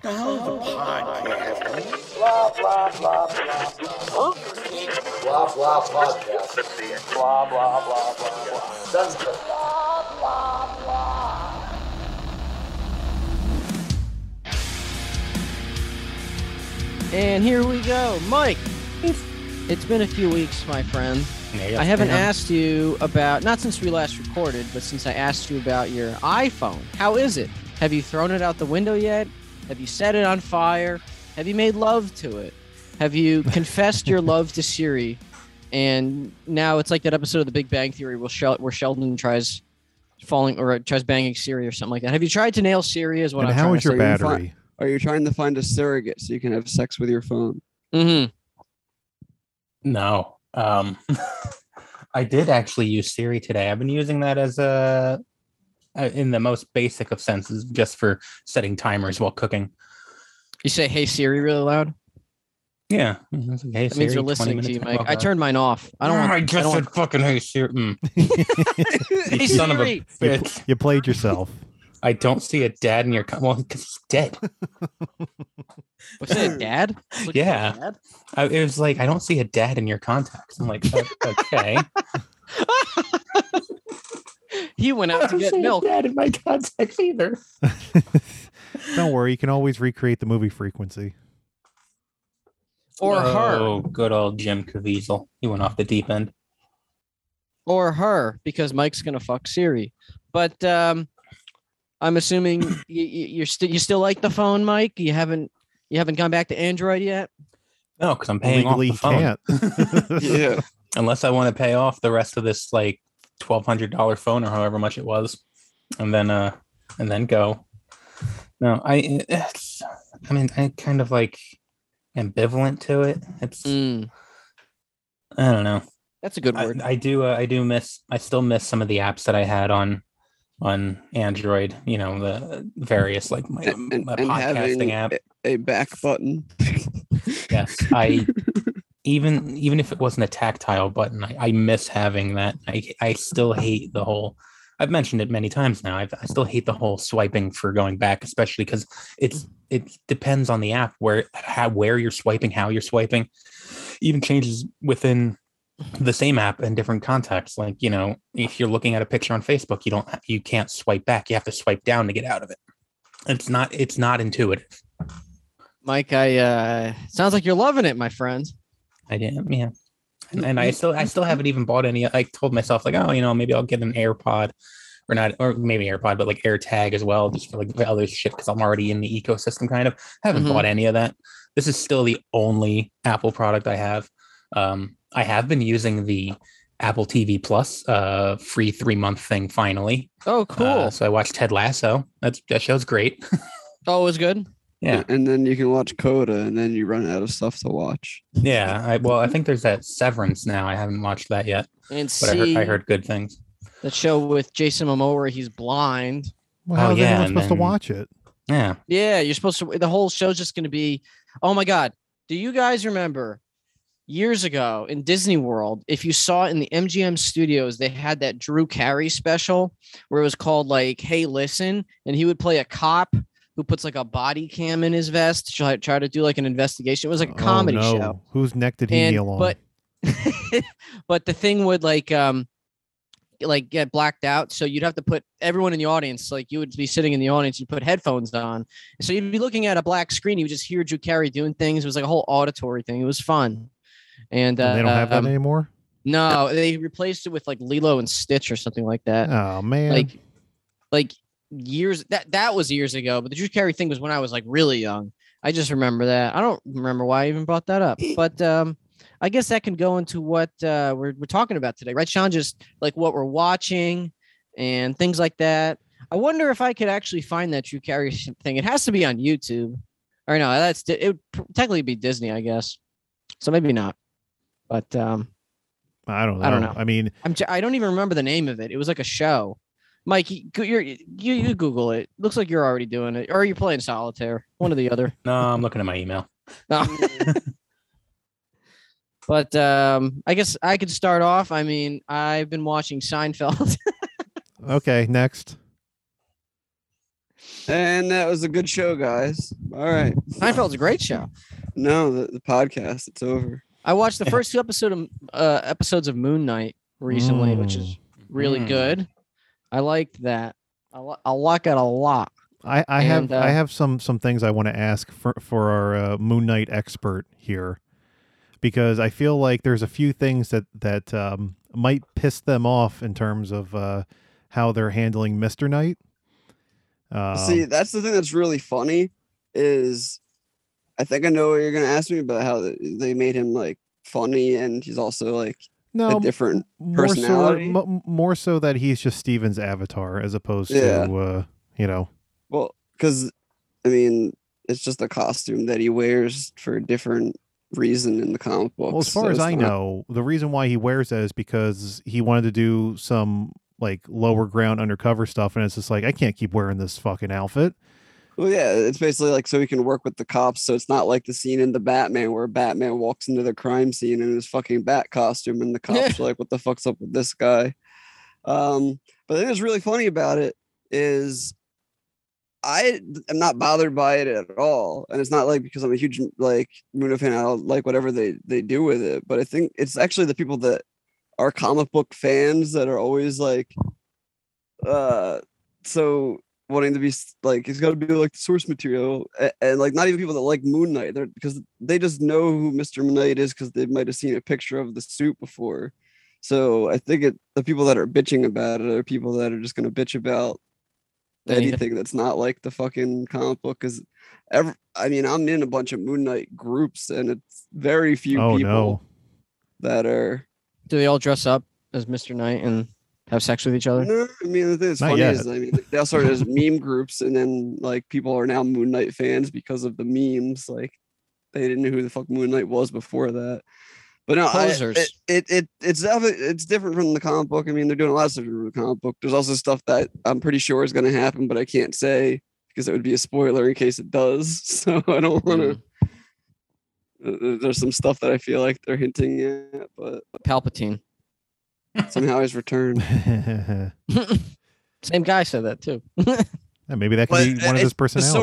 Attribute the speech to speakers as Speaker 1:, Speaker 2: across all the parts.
Speaker 1: the hell is a podcast?
Speaker 2: Blah, blah, blah, blah.
Speaker 3: Blah blah podcast.
Speaker 2: Blah, blah, blah, blah, blah.
Speaker 3: Sounds good.
Speaker 4: And here we go, Mike. It's been a few weeks, my friend. I haven't asked you about not since we last recorded, but since I asked you about your iPhone. How is it? Have you thrown it out the window yet? Have you set it on fire? Have you made love to it? Have you confessed your love to Siri? And now it's like that episode of The Big Bang Theory where, Shel- where Sheldon tries falling or tries banging Siri or something like that. Have you tried to nail Siri? Is what
Speaker 5: and
Speaker 4: I'm
Speaker 5: how
Speaker 4: trying
Speaker 5: is your
Speaker 4: to say.
Speaker 5: battery?
Speaker 6: Are you trying to find a surrogate so you can have sex with your phone?
Speaker 4: Mhm.
Speaker 7: No. Um, I did actually use Siri today. I've been using that as a uh, in the most basic of senses, just for setting timers while cooking.
Speaker 4: You say "Hey Siri" really loud.
Speaker 7: Yeah, mm, that's okay.
Speaker 4: That means
Speaker 7: Siri,
Speaker 4: you're
Speaker 7: 20
Speaker 4: listening to you,
Speaker 7: minutes, Oh,
Speaker 4: Mike.
Speaker 7: blah,
Speaker 4: I
Speaker 7: blah.
Speaker 4: turned mine off. I don't
Speaker 7: Mm,
Speaker 4: want.
Speaker 7: I just
Speaker 4: don't
Speaker 7: said
Speaker 4: want-
Speaker 7: fucking hey Siri. Mm,
Speaker 4: Hey,
Speaker 7: you son of a
Speaker 4: Siri!
Speaker 5: You,
Speaker 7: bitch.
Speaker 5: you played yourself.
Speaker 7: I don't see a dad in your. Co- well, 'cause he's dead.
Speaker 4: What's that, Dad? Look at
Speaker 7: Yeah.
Speaker 4: that, Dad?
Speaker 7: I, it was like I don't see a dad in your contacts. I'm like, "Oh, okay.
Speaker 4: He went out to get milk.
Speaker 7: dad in my contacts either.
Speaker 5: Don't worry, you can always recreate the movie frequency.
Speaker 4: Or her.
Speaker 7: Oh, good old Jim Caviezel. He went off the deep end.
Speaker 4: Or her, because Mike's gonna fuck Siri. But um, I'm assuming you, you're still you still like the phone, Mike. You haven't you haven't gone back to Android yet.
Speaker 7: No, because I'm paying
Speaker 5: Legally, you
Speaker 7: off the phone.
Speaker 5: can't.
Speaker 6: Yeah.
Speaker 7: unless I want to pay off the rest of this like twelve hundred dollar phone or however much it was, and then uh and then go. No, I it's, I mean I kind of like ambivalent to it. It's
Speaker 4: Mm,
Speaker 6: Mm.
Speaker 7: I don't know.
Speaker 4: that's a good
Speaker 7: I,
Speaker 4: word.
Speaker 7: I do uh, I do miss I still miss some of the apps that I had on on Android. You know the various like my,
Speaker 6: And, and-
Speaker 7: my
Speaker 6: and
Speaker 7: podcasting
Speaker 6: having
Speaker 7: app.
Speaker 6: a- a back button.
Speaker 7: Yes, I even even if it wasn't a tactile button, I, I miss having that. I I still hate the whole. I've mentioned it many times now. I've, I still hate the whole swiping for going back, especially because it's it depends on the app where how where you're swiping, how you're swiping, even changes within the same app in different contexts. Like you know, if you're looking at a picture on Facebook, you don't you can't swipe back. You have to swipe down to get out of it. It's not it's not intuitive.
Speaker 4: Mike, I uh, sounds like you're loving it, my friend.
Speaker 7: I didn't, yeah. And, and I
Speaker 4: Mm-hmm.
Speaker 7: still, I still haven't even bought any. I told myself like, oh, you know, maybe I'll get an AirPod, or not, or maybe AirPod, but like AirTag as well, just for like the other shit because I'm already in the ecosystem. Kind of haven't
Speaker 4: Mhm.
Speaker 7: bought any of that. This is still the only Apple product I have. Um, I have been using the Apple TV Plus uh, free three month thing finally.
Speaker 4: Oh, cool.
Speaker 7: Uh, so I watched Ted Lasso. That's that show's great.
Speaker 4: oh, it was good.
Speaker 7: yeah.
Speaker 6: And then you can watch Coda and then you run out of stuff to watch.
Speaker 7: Yeah. I, well, I think there's that Severance now. I haven't watched that yet,
Speaker 4: And
Speaker 7: but I heard, I
Speaker 4: see
Speaker 7: heard good things.
Speaker 4: that show with Jason Momoa where he's blind.
Speaker 5: Well, how
Speaker 7: Oh,
Speaker 5: are they
Speaker 7: yeah,
Speaker 5: not
Speaker 7: and
Speaker 5: supposed
Speaker 7: then-
Speaker 5: to watch it?
Speaker 7: Yeah.
Speaker 4: Yeah, you're supposed to. The whole show's just going to be. Oh my God. Do you guys remember years ago in Disney World? If you saw in the MGM studios, they had that Drew Carey special where it was called, like, Hey, Listen. And he would play a cop who puts like a body cam in his vest to try, try to do like an investigation. It was like a
Speaker 5: Oh,
Speaker 4: comedy
Speaker 5: no.
Speaker 4: show.
Speaker 5: Whose neck did he
Speaker 4: And-
Speaker 5: kneel on?
Speaker 4: but- but the thing would like um like get blacked out so you'd have to put everyone in the audience like you would be sitting in the audience you put headphones on so you'd be looking at a black screen you would just hear drew carey doing things it was like a whole auditory thing it was fun and, uh,
Speaker 5: And they don't have that
Speaker 4: um,
Speaker 5: anymore.
Speaker 4: no they replaced it with like lilo and stitch or something like that
Speaker 5: Oh man,
Speaker 4: uh, like like years that that was years ago but the drew carey thing was when i was like really young i just remember that i don't remember why i even brought that up but um i guess that can go into what uh we're, we're talking about today right sean just like what we're watching and things like that i wonder if i could actually find that drew carey sh- thing it has to be on youtube or no that's Di- it would pr- technically be disney i guess so maybe not but um
Speaker 5: I don't know.
Speaker 4: I don't know.
Speaker 5: I mean,
Speaker 4: I'm j- I don't even remember the name of it. It was like a show. Mike, you go- you're, you you Google it. Looks like you're already doing it, or you're playing solitaire, one or the other.
Speaker 7: No, I'm looking at my email.
Speaker 4: No. but um, I guess I could start off. I mean, I've been watching Seinfeld.
Speaker 5: okay, next.
Speaker 6: And that was a good show, guys. All right.
Speaker 4: Seinfeld's a great show.
Speaker 6: No, the, the podcast, it's over.
Speaker 4: I watched the first two episode of, uh, episodes of Moon Knight recently, which is really
Speaker 7: Mm.
Speaker 4: good. I liked that. I, li- I like it a lot.
Speaker 5: I, I have
Speaker 4: And, uh,
Speaker 5: I have some some things I want to ask for for our uh, Moon Knight expert here, because I feel like there's a few things that that um, might piss them off in terms of uh, how they're handling Mister Knight. Um,
Speaker 6: See, that's the thing that's really funny is I think I know what you're going to ask me about how th- they made him like funny and he's also like
Speaker 5: no,
Speaker 6: a different.
Speaker 5: more so,
Speaker 6: personality?
Speaker 5: m- more so that he's just Steven's avatar as opposed
Speaker 6: Yeah.
Speaker 5: to uh, you know.
Speaker 6: Well, because I mean, it's just a costume that he wears for a different reason in the comic books.
Speaker 5: Well, as far
Speaker 6: so
Speaker 5: as
Speaker 6: it's
Speaker 5: I
Speaker 6: not-
Speaker 5: know, the reason why he wears that is because he wanted to do some like lower ground undercover stuff, and it's just like I can't keep wearing this fucking outfit.
Speaker 6: Well, yeah, it's basically like so he can work with the cops. So it's not like the scene in the Batman where Batman walks into the crime scene in his fucking bat costume, and the cops are like, "What the fuck's up with this guy?" Um, but the thing that's really funny about it is, I am not bothered by it at all, and it's not like because I'm a huge like Moon fan. I'll like whatever they they do with it, but I think it's actually the people that are comic book fans that are always like, uh, so wanting to be s- like it's got to be like the source material and, and like not even people that like moon knight they're because they just know who mr knight is because they might have seen a picture of the suit before so i think it the people that are bitching about it are people that are just going to bitch about
Speaker 4: Anything.
Speaker 6: anything that's not like the fucking comic book because ever i mean i'm in a bunch of moon knight groups and it's very few
Speaker 5: oh
Speaker 6: people
Speaker 5: no!
Speaker 6: that are
Speaker 4: Do they all dress up as Mr. Knight and have sex with each other?
Speaker 6: No, I mean the thing that's
Speaker 5: Not
Speaker 6: funny
Speaker 5: yet.
Speaker 6: is I mean they all started as meme groups, and then like people are now Moon Knight fans because of the memes. Like they didn't know who the fuck Moon Knight was before that. But no, I,
Speaker 4: Posers.
Speaker 6: it, it it it's definitely it's different from the comic book. I mean they're doing a lot of stuff from the comic book. There's also stuff that I'm pretty sure is going to happen, but I can't say because it would be a spoiler in case it does. So I don't want to. There's some stuff that I feel like they're hinting at, but
Speaker 4: Palpatine.
Speaker 6: somehow he's returned.
Speaker 4: Same guy said that too.
Speaker 5: Yeah, maybe that could
Speaker 6: But
Speaker 5: be one of
Speaker 6: it's
Speaker 5: his personalities.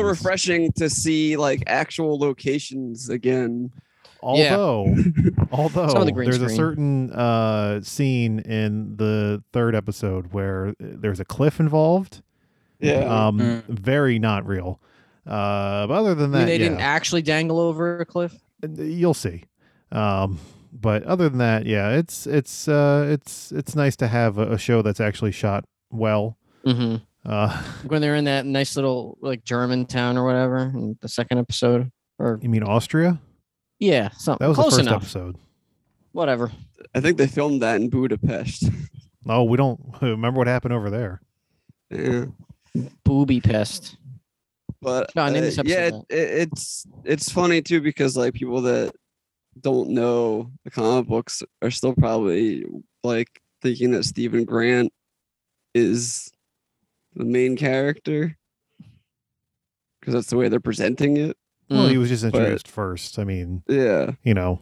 Speaker 6: so refreshing to see like actual locations again.
Speaker 4: Yeah.
Speaker 5: Although, although
Speaker 4: the green
Speaker 5: there's a
Speaker 4: screen.
Speaker 5: certain uh, scene in the third episode where uh, there's a cliff involved.
Speaker 6: Yeah.
Speaker 5: Um,
Speaker 7: Mm.
Speaker 5: very not real. Uh, but other than
Speaker 4: I mean,
Speaker 5: that,
Speaker 4: they
Speaker 5: yeah.
Speaker 4: didn't actually dangle over a cliff.
Speaker 5: you'll see. Um, but other than that, yeah, it's it's uh, it's it's nice to have a, a show that's actually shot well.
Speaker 4: hmm
Speaker 6: Mm-hmm.
Speaker 5: Uh,
Speaker 4: When they're in that nice little like German town or whatever in the second episode, or
Speaker 5: you mean Austria?
Speaker 4: yeah, something
Speaker 5: That was
Speaker 4: close
Speaker 5: the first
Speaker 4: enough.
Speaker 5: episode.
Speaker 4: Whatever.
Speaker 6: I think they filmed that in Budapest.
Speaker 5: Oh, we don't remember what happened over there.
Speaker 6: yeah.
Speaker 4: Booby pest.
Speaker 6: But
Speaker 4: No, I named
Speaker 6: uh,
Speaker 4: this episode
Speaker 6: yeah, it,
Speaker 4: that.
Speaker 6: it- it's it's funny too because like people that don't know the comic books are still probably like thinking that Stephen Grant is the main character because that's the way they're presenting it.
Speaker 5: Well,
Speaker 4: Mm.
Speaker 5: he was just introduced first. I mean,
Speaker 6: Yeah.
Speaker 5: you know,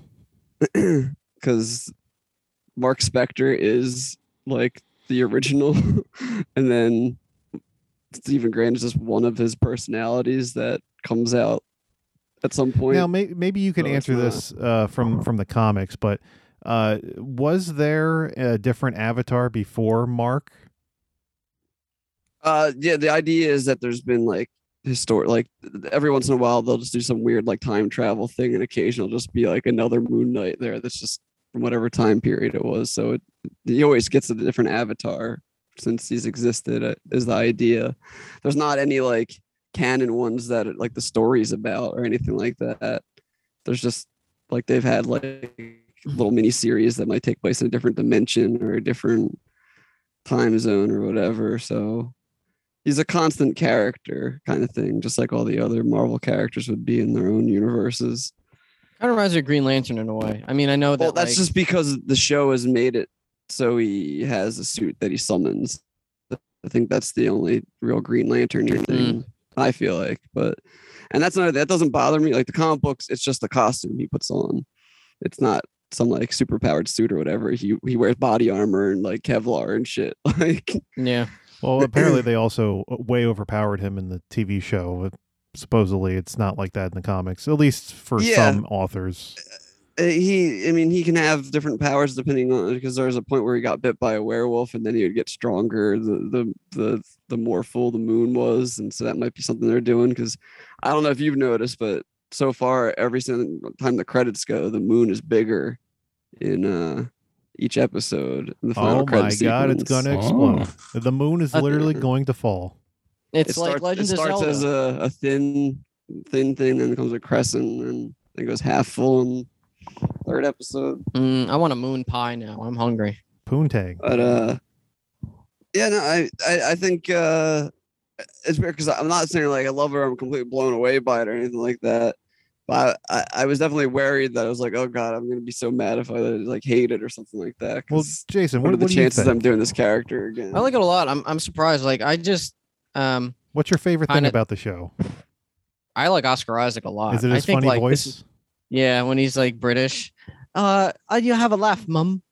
Speaker 6: because Mark Spector is like the original, and then Stephen Grant is just one of his personalities that comes out at some point.
Speaker 5: Now, may- maybe you can
Speaker 6: So it's
Speaker 5: answer
Speaker 6: not-
Speaker 5: this uh, from from the comics, but uh, was there a different avatar before Mark?
Speaker 6: Uh, yeah, the idea is that there's been like historic, like th- every once in a while they'll just do some weird like time travel thing, and occasional just be like another Moon Knight there that's just from whatever time period it was. So it he always gets a different avatar since he's existed uh, is the idea. There's not any like canon ones that it- like the story's about or anything like that. There's just like they've had like little mini series that might take place in a different dimension or a different time zone or whatever. So he's a constant character kind of thing, just like all the other Marvel characters would be in their own universes.
Speaker 4: Kind of reminds me of Green Lantern in a way. I mean, I know that.
Speaker 6: well, that's
Speaker 4: like-
Speaker 6: just because the show has made it so he has a suit that he summons. I think that's the only real Green Lantern thing I feel like, but and that's not that doesn't bother me. Like the comic books, it's just the costume he puts on. It's not some like super powered suit or whatever. He he wears body armor and like Kevlar and shit. Like
Speaker 4: yeah.
Speaker 5: Well, apparently they also uh, way overpowered him in the TV show. Supposedly, it's not like that in the comics, at least for
Speaker 6: Yeah.
Speaker 5: some authors.
Speaker 6: Uh, he i mean he can have different powers depending on because there was a point where he got bit by a werewolf and then he would get stronger the the the, the more full the moon was and so that might be something they're doing because i don't know if you've noticed but so far every single time the credits go the moon is bigger in uh each episode in the final
Speaker 5: Oh my
Speaker 6: credit
Speaker 5: god, it's
Speaker 6: sequence.
Speaker 5: gonna
Speaker 7: Oh.
Speaker 5: explode! The moon is
Speaker 4: Uh,
Speaker 5: literally going to fall.
Speaker 4: It's
Speaker 6: it
Speaker 4: like
Speaker 6: starts,
Speaker 4: Legend
Speaker 6: it
Speaker 4: of
Speaker 6: starts
Speaker 4: Zelda.
Speaker 6: as a, a thin thin thing and it comes a crescent and it goes half full in third episode
Speaker 4: Mm, I want a moon pie now. I'm hungry.
Speaker 5: Poontang.
Speaker 6: but uh yeah no i i, I think uh it's weird because i'm not saying like i love her i'm completely blown away by it or anything like that but I, I, I was definitely worried that i was like oh god i'm gonna be so mad if i like hate it or something like that
Speaker 5: Well,
Speaker 6: 'cause
Speaker 5: Jason,
Speaker 6: what,
Speaker 5: what,
Speaker 6: are the
Speaker 5: what do you
Speaker 6: chances i'm
Speaker 5: think?
Speaker 6: doing this character again
Speaker 4: I like it a lot. I'm I'm surprised. Like I just um
Speaker 5: What's your favorite thing
Speaker 4: Kinda-
Speaker 5: about the show?
Speaker 4: I like Oscar Isaac a lot.
Speaker 5: Is it
Speaker 4: I
Speaker 5: his
Speaker 4: think
Speaker 5: funny
Speaker 4: like this
Speaker 5: voice?
Speaker 4: is- yeah, when he's like British. Uh, uh, you have a laugh, mum.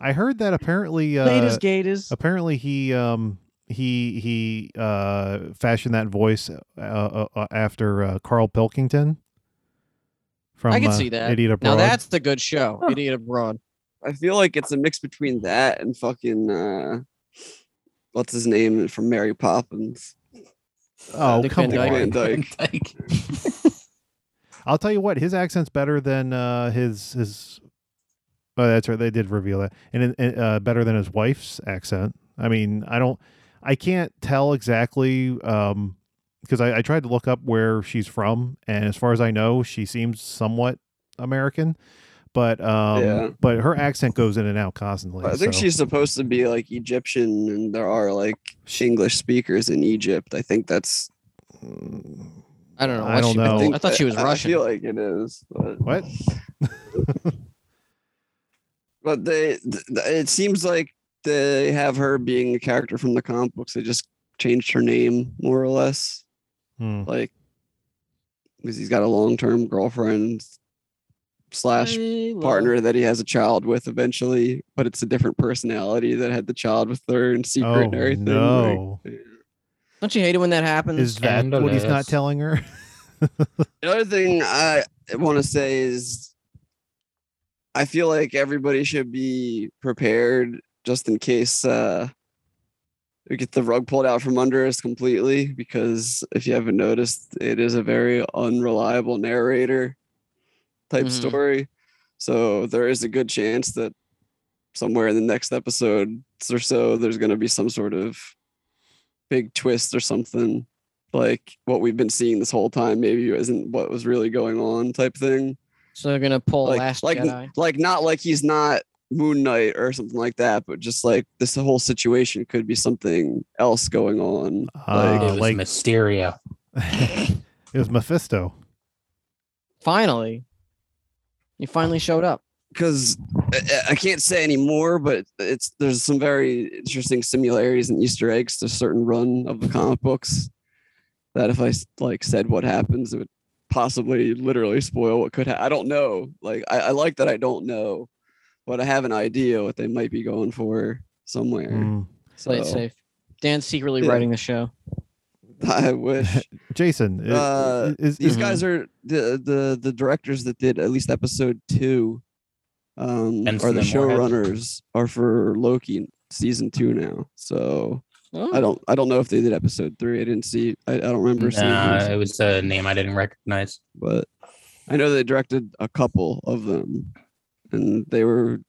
Speaker 5: I heard that apparently uh,
Speaker 4: Latest gators.
Speaker 5: apparently he um he he uh fashioned that voice uh, uh, uh, after uh, Carl Pilkington from
Speaker 4: I can
Speaker 5: uh,
Speaker 4: see that.
Speaker 5: Idiot Abroad.
Speaker 4: Now that's the good show. Idiot abroad.
Speaker 6: i feel like it's a mix between that and fucking uh what's his name from mary poppins
Speaker 5: oh
Speaker 4: Uh, Dick
Speaker 5: come
Speaker 4: Van Dyke.
Speaker 5: on!
Speaker 6: Van Dyke.
Speaker 7: Like,
Speaker 5: I'll tell you what, his accent's better than uh, his his. Oh, that's right. They did reveal that, and and, uh, better than his wife's accent. I mean, I don't, I can't tell exactly because I, I tried to look up where she's from, and as far as I know, she seems somewhat American, but um,
Speaker 6: Yeah.
Speaker 5: but her accent goes in and out constantly.
Speaker 6: I think
Speaker 5: so-
Speaker 6: she's supposed to be like Egyptian, and there are like English speakers in Egypt. I think that's.
Speaker 4: Mm, I don't know.
Speaker 5: I
Speaker 4: what
Speaker 5: don't
Speaker 4: she-
Speaker 5: know.
Speaker 4: I,
Speaker 6: think-
Speaker 4: thought she was
Speaker 6: I-
Speaker 4: Russian.
Speaker 6: I feel like it is, but,
Speaker 5: what?
Speaker 6: but they. th- th- It seems like they have her being a character from the comic books. They just changed her name more or less,
Speaker 5: Hmm.
Speaker 6: like because he's got a long-term girlfriend slash
Speaker 4: I love-
Speaker 6: partner that he has a child with eventually, but it's a different personality that had the child with her in secret
Speaker 5: Oh
Speaker 6: and everything. like-
Speaker 5: no!
Speaker 4: Don't you hate it when that happens?
Speaker 5: Is that what he's not
Speaker 7: Scandalous.
Speaker 5: telling her?
Speaker 6: The other thing I want to say is I feel like everybody should be prepared just in case uh, we get the rug pulled out from under us completely. Because if you haven't noticed, it is a very unreliable narrator type
Speaker 4: Mhm.
Speaker 6: story. So there is a good chance that somewhere in the next episode or so, there's going to be some sort of big twist or something like what we've been seeing this whole time maybe isn't what was really going on type thing
Speaker 4: so they're gonna pull
Speaker 6: like
Speaker 4: Last
Speaker 6: like,
Speaker 4: Jedi.
Speaker 6: like not like he's not moon knight or something like that but just like this whole situation could be something else going on
Speaker 5: Uh,
Speaker 7: it was
Speaker 5: like-
Speaker 7: Mysterio.
Speaker 5: it was Mephisto.
Speaker 4: Finally, you finally showed up.
Speaker 6: because I, I can't say anymore but it's there's some very interesting similarities and easter eggs to certain run of the comic books that if i s- like said what happens it would possibly literally spoil what could happen i don't know like I, I like that i don't know but i have an idea what they might be going for somewhere
Speaker 5: Hmm.
Speaker 4: Play it
Speaker 6: So-
Speaker 4: safe. Dan's secretly
Speaker 6: Yeah.
Speaker 4: writing the show.
Speaker 6: I wish
Speaker 5: Jason, i-
Speaker 6: Uh, these
Speaker 5: is,
Speaker 7: Mm-hmm.
Speaker 5: is-
Speaker 6: guys are the the the directors that did at least episode two, um,
Speaker 7: Benson
Speaker 6: are the
Speaker 7: and Moorhead.
Speaker 6: showrunners are for Loki season two now. So
Speaker 4: Oh,
Speaker 7: Hmm.
Speaker 6: I don't I don't know if they did episode three. I didn't see. I, I don't remember seeing,
Speaker 7: Nah,
Speaker 6: these,
Speaker 7: it was a name I didn't recognize.
Speaker 6: but I know they directed a couple of them. And they were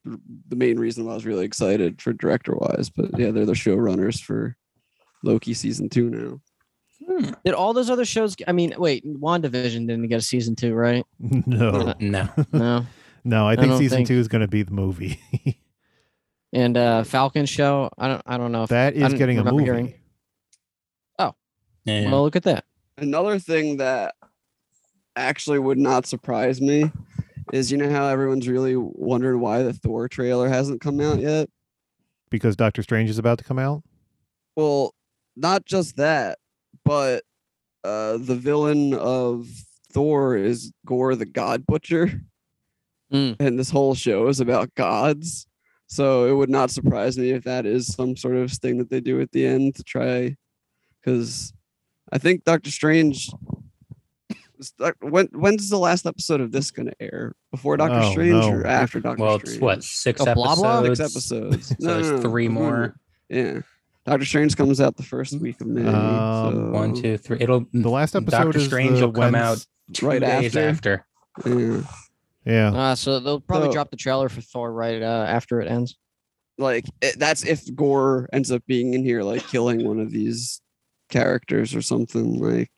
Speaker 6: the main reason why I was really excited for director wise. But yeah, they're the showrunners for Loki season two now.
Speaker 7: Hmm.
Speaker 4: did all those other shows? I mean, wait, Wandavision didn't get a season two, right?
Speaker 5: no,
Speaker 7: No,
Speaker 4: No.
Speaker 5: no. I think
Speaker 4: don't
Speaker 5: season
Speaker 4: think-
Speaker 5: two is going to be the movie.
Speaker 4: And uh Falcon show. I don't. I don't know if.
Speaker 5: that is
Speaker 4: didn't
Speaker 5: getting a
Speaker 4: remember
Speaker 5: movie.
Speaker 4: hearing-
Speaker 7: Yeah.
Speaker 4: Well, look at that.
Speaker 6: Another thing that actually would not surprise me is you know how everyone's really wondering why the Thor trailer hasn't come out yet?
Speaker 5: because Doctor Strange is about to come out.
Speaker 6: Well, not just that, but uh, the villain of Thor is Gore the God Butcher.
Speaker 4: Mm.
Speaker 6: And this whole show is about gods. So it would not surprise me if that is some sort of thing that they do at the end to try, because I think Doctor Strange. is Doc- When when's the last episode of this going to air? Before Doctor
Speaker 5: Oh,
Speaker 6: Strange
Speaker 5: no.
Speaker 6: or after Doctor
Speaker 7: Well, it's
Speaker 6: Strange?
Speaker 7: what six
Speaker 4: Oh, blah,
Speaker 7: episodes.
Speaker 4: blah?
Speaker 6: six episodes?
Speaker 7: So there's three
Speaker 5: Mm-hmm.
Speaker 6: before-
Speaker 7: more.
Speaker 6: Yeah, Doctor Strange comes out the first week of May.
Speaker 5: Um,
Speaker 6: so
Speaker 7: One, two, three. It'll
Speaker 4: Mm.
Speaker 5: The last episode
Speaker 7: Doctor
Speaker 5: is
Speaker 7: Strange
Speaker 5: the
Speaker 7: will come out
Speaker 5: Wednes-
Speaker 7: two
Speaker 6: Right
Speaker 7: days
Speaker 6: after.
Speaker 7: after.
Speaker 6: yeah.
Speaker 5: Yeah.
Speaker 4: Uh, so they'll probably
Speaker 6: Oh. So-
Speaker 4: drop the trailer for Thor right uh, after it ends.
Speaker 6: like it, that's if gore ends up being in here like killing one of these characters or something like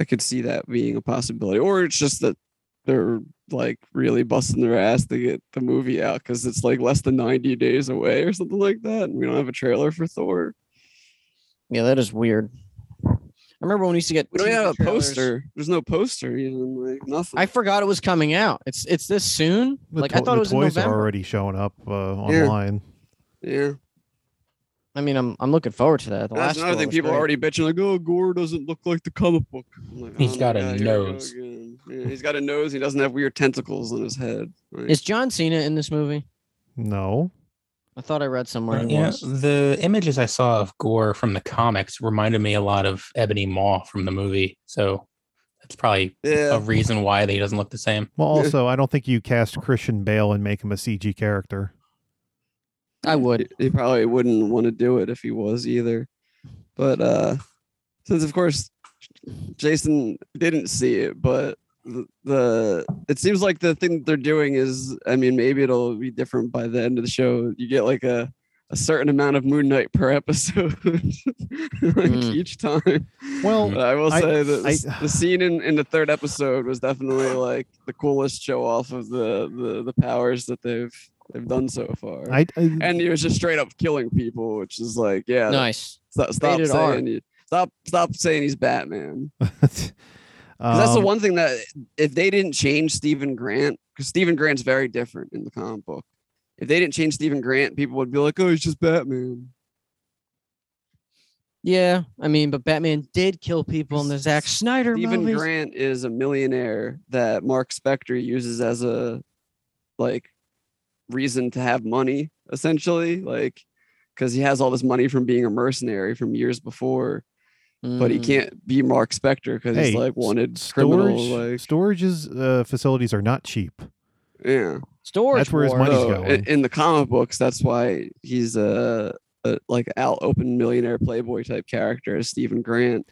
Speaker 6: i could see that being a possibility or it's just that they're like really busting their ass to get the movie out because it's like less than 90 days away or something like that and we don't have a trailer for thor
Speaker 4: Yeah, that is weird. I remember when we used to get
Speaker 6: we don't
Speaker 4: teaser
Speaker 6: have a
Speaker 4: trailers.
Speaker 6: poster there's no poster even like nothing
Speaker 4: I forgot it was coming out. It's it's this soon.
Speaker 5: The
Speaker 4: like I
Speaker 5: to-
Speaker 4: thought
Speaker 5: the
Speaker 4: it was in
Speaker 5: toys
Speaker 4: November.
Speaker 5: are already showing up uh,
Speaker 6: Yeah.
Speaker 5: online.
Speaker 6: yeah
Speaker 4: I mean, I'm I'm looking forward to that. The
Speaker 6: that's
Speaker 4: last
Speaker 6: another
Speaker 4: one
Speaker 6: thing
Speaker 4: was
Speaker 6: people
Speaker 4: great.
Speaker 6: are already bitching like, oh, Gore doesn't look like the comic book. I'm like,
Speaker 7: He's
Speaker 6: my
Speaker 7: got a
Speaker 6: God, here we go
Speaker 7: nose.
Speaker 6: again. Yeah, he's got a nose. He doesn't have weird tentacles on his head. Like,
Speaker 4: Is John Cena in this movie?
Speaker 5: No.
Speaker 4: I thought I read somewhere he
Speaker 7: Yeah,
Speaker 4: was.
Speaker 7: the images I saw of Gore from the comics reminded me a lot of Ebony Maw from the movie. So that's probably
Speaker 6: yeah,
Speaker 7: a reason why they doesn't look the same.
Speaker 5: Well, also, I don't think you cast Christian Bale and make him a CG character.
Speaker 4: I would.
Speaker 6: he- he probably wouldn't want to do it if he was either. But uh since of course Jason didn't see it, but the, the it seems like the thing that they're doing is I mean maybe it'll be different by the end of the show. You get like a a certain amount of Moon Knight per episode, like
Speaker 4: Mm.
Speaker 6: each time.
Speaker 5: Well,
Speaker 6: But I will
Speaker 5: I-
Speaker 6: say that
Speaker 5: I-
Speaker 6: s- the scene in, in the third episode was definitely like the coolest show off of the the, the powers that they've they've done so far.
Speaker 5: I, I-
Speaker 6: and he was just straight up killing people, which is like, yeah,
Speaker 4: Nice.
Speaker 6: stop, stop
Speaker 4: rated R.
Speaker 6: saying you, stop stop saying he's Batman. 'Cause that's the
Speaker 5: Um,
Speaker 6: one thing that if they didn't change Stephen Grant, because Stephen Grant's very different in the comic book. If they didn't change Stephen Grant, people would be like, oh, he's just Batman.
Speaker 4: Yeah, I mean, but Batman did kill people in the Zack Snyder
Speaker 6: Stephen
Speaker 4: movies.
Speaker 6: Grant is a millionaire that Mark Spector uses as a like reason to have money, essentially, like because he has all this money from being a mercenary from years before, but he
Speaker 4: Mm.
Speaker 6: can't be Mark Spector because
Speaker 5: hey,
Speaker 6: he's like wanted
Speaker 5: s-
Speaker 6: criminal,
Speaker 5: storage,
Speaker 6: like
Speaker 5: storage's uh, facilities are not cheap.
Speaker 6: yeah.
Speaker 4: Storage
Speaker 5: that's where his
Speaker 4: war.
Speaker 5: money's
Speaker 6: So,
Speaker 5: going.
Speaker 6: i- in, the comic books, that's why he's a, a like out open millionaire playboy type character as Stephen Grant.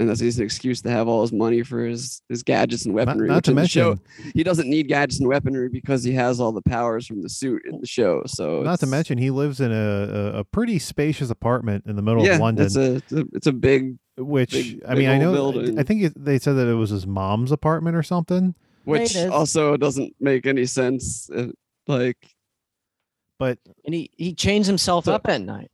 Speaker 6: And that's he's an excuse to have all his money for his, his gadgets and
Speaker 5: Not,
Speaker 6: weaponry.
Speaker 5: not
Speaker 6: which
Speaker 5: to
Speaker 6: in the show-
Speaker 5: mention,
Speaker 6: he doesn't need gadgets and weaponry because he has all the powers from the suit in the show. So
Speaker 5: not to
Speaker 6: it's-
Speaker 5: mention, he lives in a, a, a pretty spacious apartment in the middle
Speaker 6: yeah,
Speaker 5: of London.
Speaker 6: it's a it's a- it's a big
Speaker 5: which
Speaker 6: big-
Speaker 5: I
Speaker 6: big
Speaker 5: mean,
Speaker 6: old
Speaker 5: I know.
Speaker 6: building.
Speaker 5: I think it, they said that it was his mom's apartment or something.
Speaker 6: which
Speaker 4: it is.
Speaker 6: also doesn't make any sense. uh, Like
Speaker 5: But
Speaker 4: and he he chains himself
Speaker 6: So-
Speaker 4: up at night.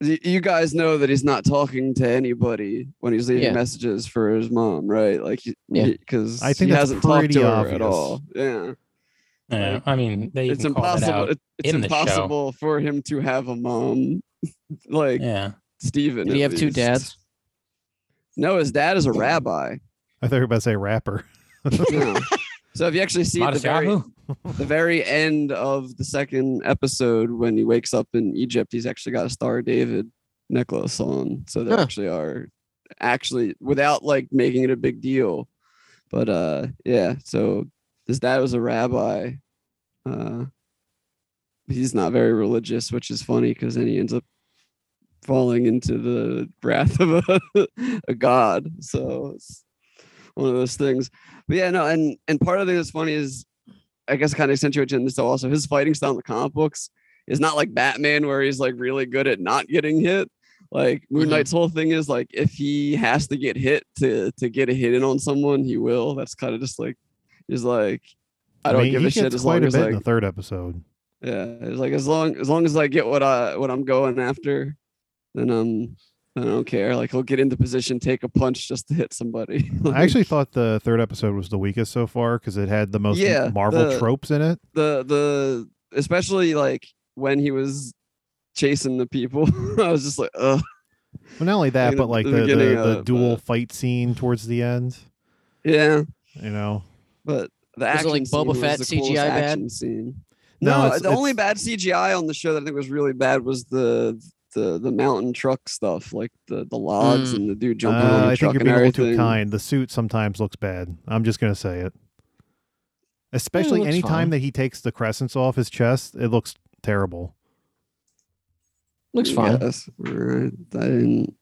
Speaker 6: y- you guys know that he's not talking to anybody when he's leaving
Speaker 4: Yeah.
Speaker 6: messages for his mom, right? Like
Speaker 4: Yeah.
Speaker 6: because
Speaker 5: I think
Speaker 6: he
Speaker 5: that's
Speaker 6: hasn't talked
Speaker 5: pretty
Speaker 6: to her
Speaker 5: obvious.
Speaker 6: at all. Yeah.
Speaker 7: Yeah,
Speaker 6: Like,
Speaker 7: I mean, they
Speaker 6: it's
Speaker 7: even call that
Speaker 6: impossible.
Speaker 7: out.
Speaker 6: It, it's
Speaker 7: in the show.
Speaker 6: impossible for him to have a mom like
Speaker 7: Yeah,
Speaker 6: Stephen.
Speaker 4: Did he
Speaker 6: at
Speaker 4: have two
Speaker 6: least.
Speaker 4: dads?
Speaker 6: No, his dad is a rabbi.
Speaker 5: I thought you were about to say rapper.
Speaker 6: No. so if you actually see the
Speaker 7: Modest
Speaker 6: very,
Speaker 7: Yahoo.
Speaker 6: the very end of the second episode when he wakes up in Egypt, he's actually got a Star of David necklace on. So they
Speaker 4: Huh.
Speaker 6: actually are actually without like making it a big deal. But uh yeah, so his dad was a rabbi. Uh he's not very religious, which is funny because then he ends up falling into the wrath of a, a god. So it's one of those things. But yeah, no, and and part of the thing that's funny is I guess kind of accentuates in this though also his fighting style in the comic books is not like Batman where he's like really good at not getting hit. Like Moon
Speaker 4: Mhm.
Speaker 6: Knight's whole thing is like if he has to get hit to to get a hit in on someone, he will. That's kind of just like he's like I don't
Speaker 5: mean,
Speaker 6: give
Speaker 5: he
Speaker 6: a shit
Speaker 5: gets
Speaker 6: as
Speaker 5: quite
Speaker 6: long
Speaker 5: a
Speaker 6: as
Speaker 5: bit
Speaker 6: like
Speaker 5: in the third episode.
Speaker 6: yeah, it's like as long as long as I get what I what I'm going after, then um I don't care. Like he'll get into position, take a punch just to hit somebody.
Speaker 5: I
Speaker 6: Like,
Speaker 5: actually thought the third episode was the weakest so far because it had the most
Speaker 6: Yeah,
Speaker 5: Marvel
Speaker 6: the-
Speaker 5: tropes in it.
Speaker 6: the the especially like when he was chasing the people, I was just like, ugh.
Speaker 5: Well, not only that,
Speaker 6: in
Speaker 5: but
Speaker 6: the
Speaker 5: like the, the,
Speaker 6: beginning
Speaker 5: the
Speaker 6: of,
Speaker 5: dual
Speaker 6: uh,
Speaker 5: fight scene towards the end.
Speaker 6: Yeah.
Speaker 5: You know,
Speaker 6: But the
Speaker 4: Was it
Speaker 6: action
Speaker 4: like Boba
Speaker 6: scene was
Speaker 4: Fett
Speaker 6: the coolest
Speaker 4: CGI bad?
Speaker 6: action scene.
Speaker 5: No,
Speaker 6: No,
Speaker 5: it's-
Speaker 6: the only
Speaker 5: it's-
Speaker 6: bad CGI on the show that I think was really bad was the the the mountain truck stuff, like the the logs
Speaker 4: Mm.
Speaker 6: and the dude
Speaker 5: Uh,
Speaker 6: jumping on the
Speaker 5: I
Speaker 6: truck
Speaker 5: think you're
Speaker 6: and
Speaker 5: being a little
Speaker 6: everything.
Speaker 5: too kind. The suit sometimes looks bad. I'm just gonna say it. Especially
Speaker 4: looks
Speaker 5: any time
Speaker 4: fine.
Speaker 5: that he takes the crescents off his chest, it looks terrible.
Speaker 4: Looks fine.
Speaker 6: Yes. All right. I didn't.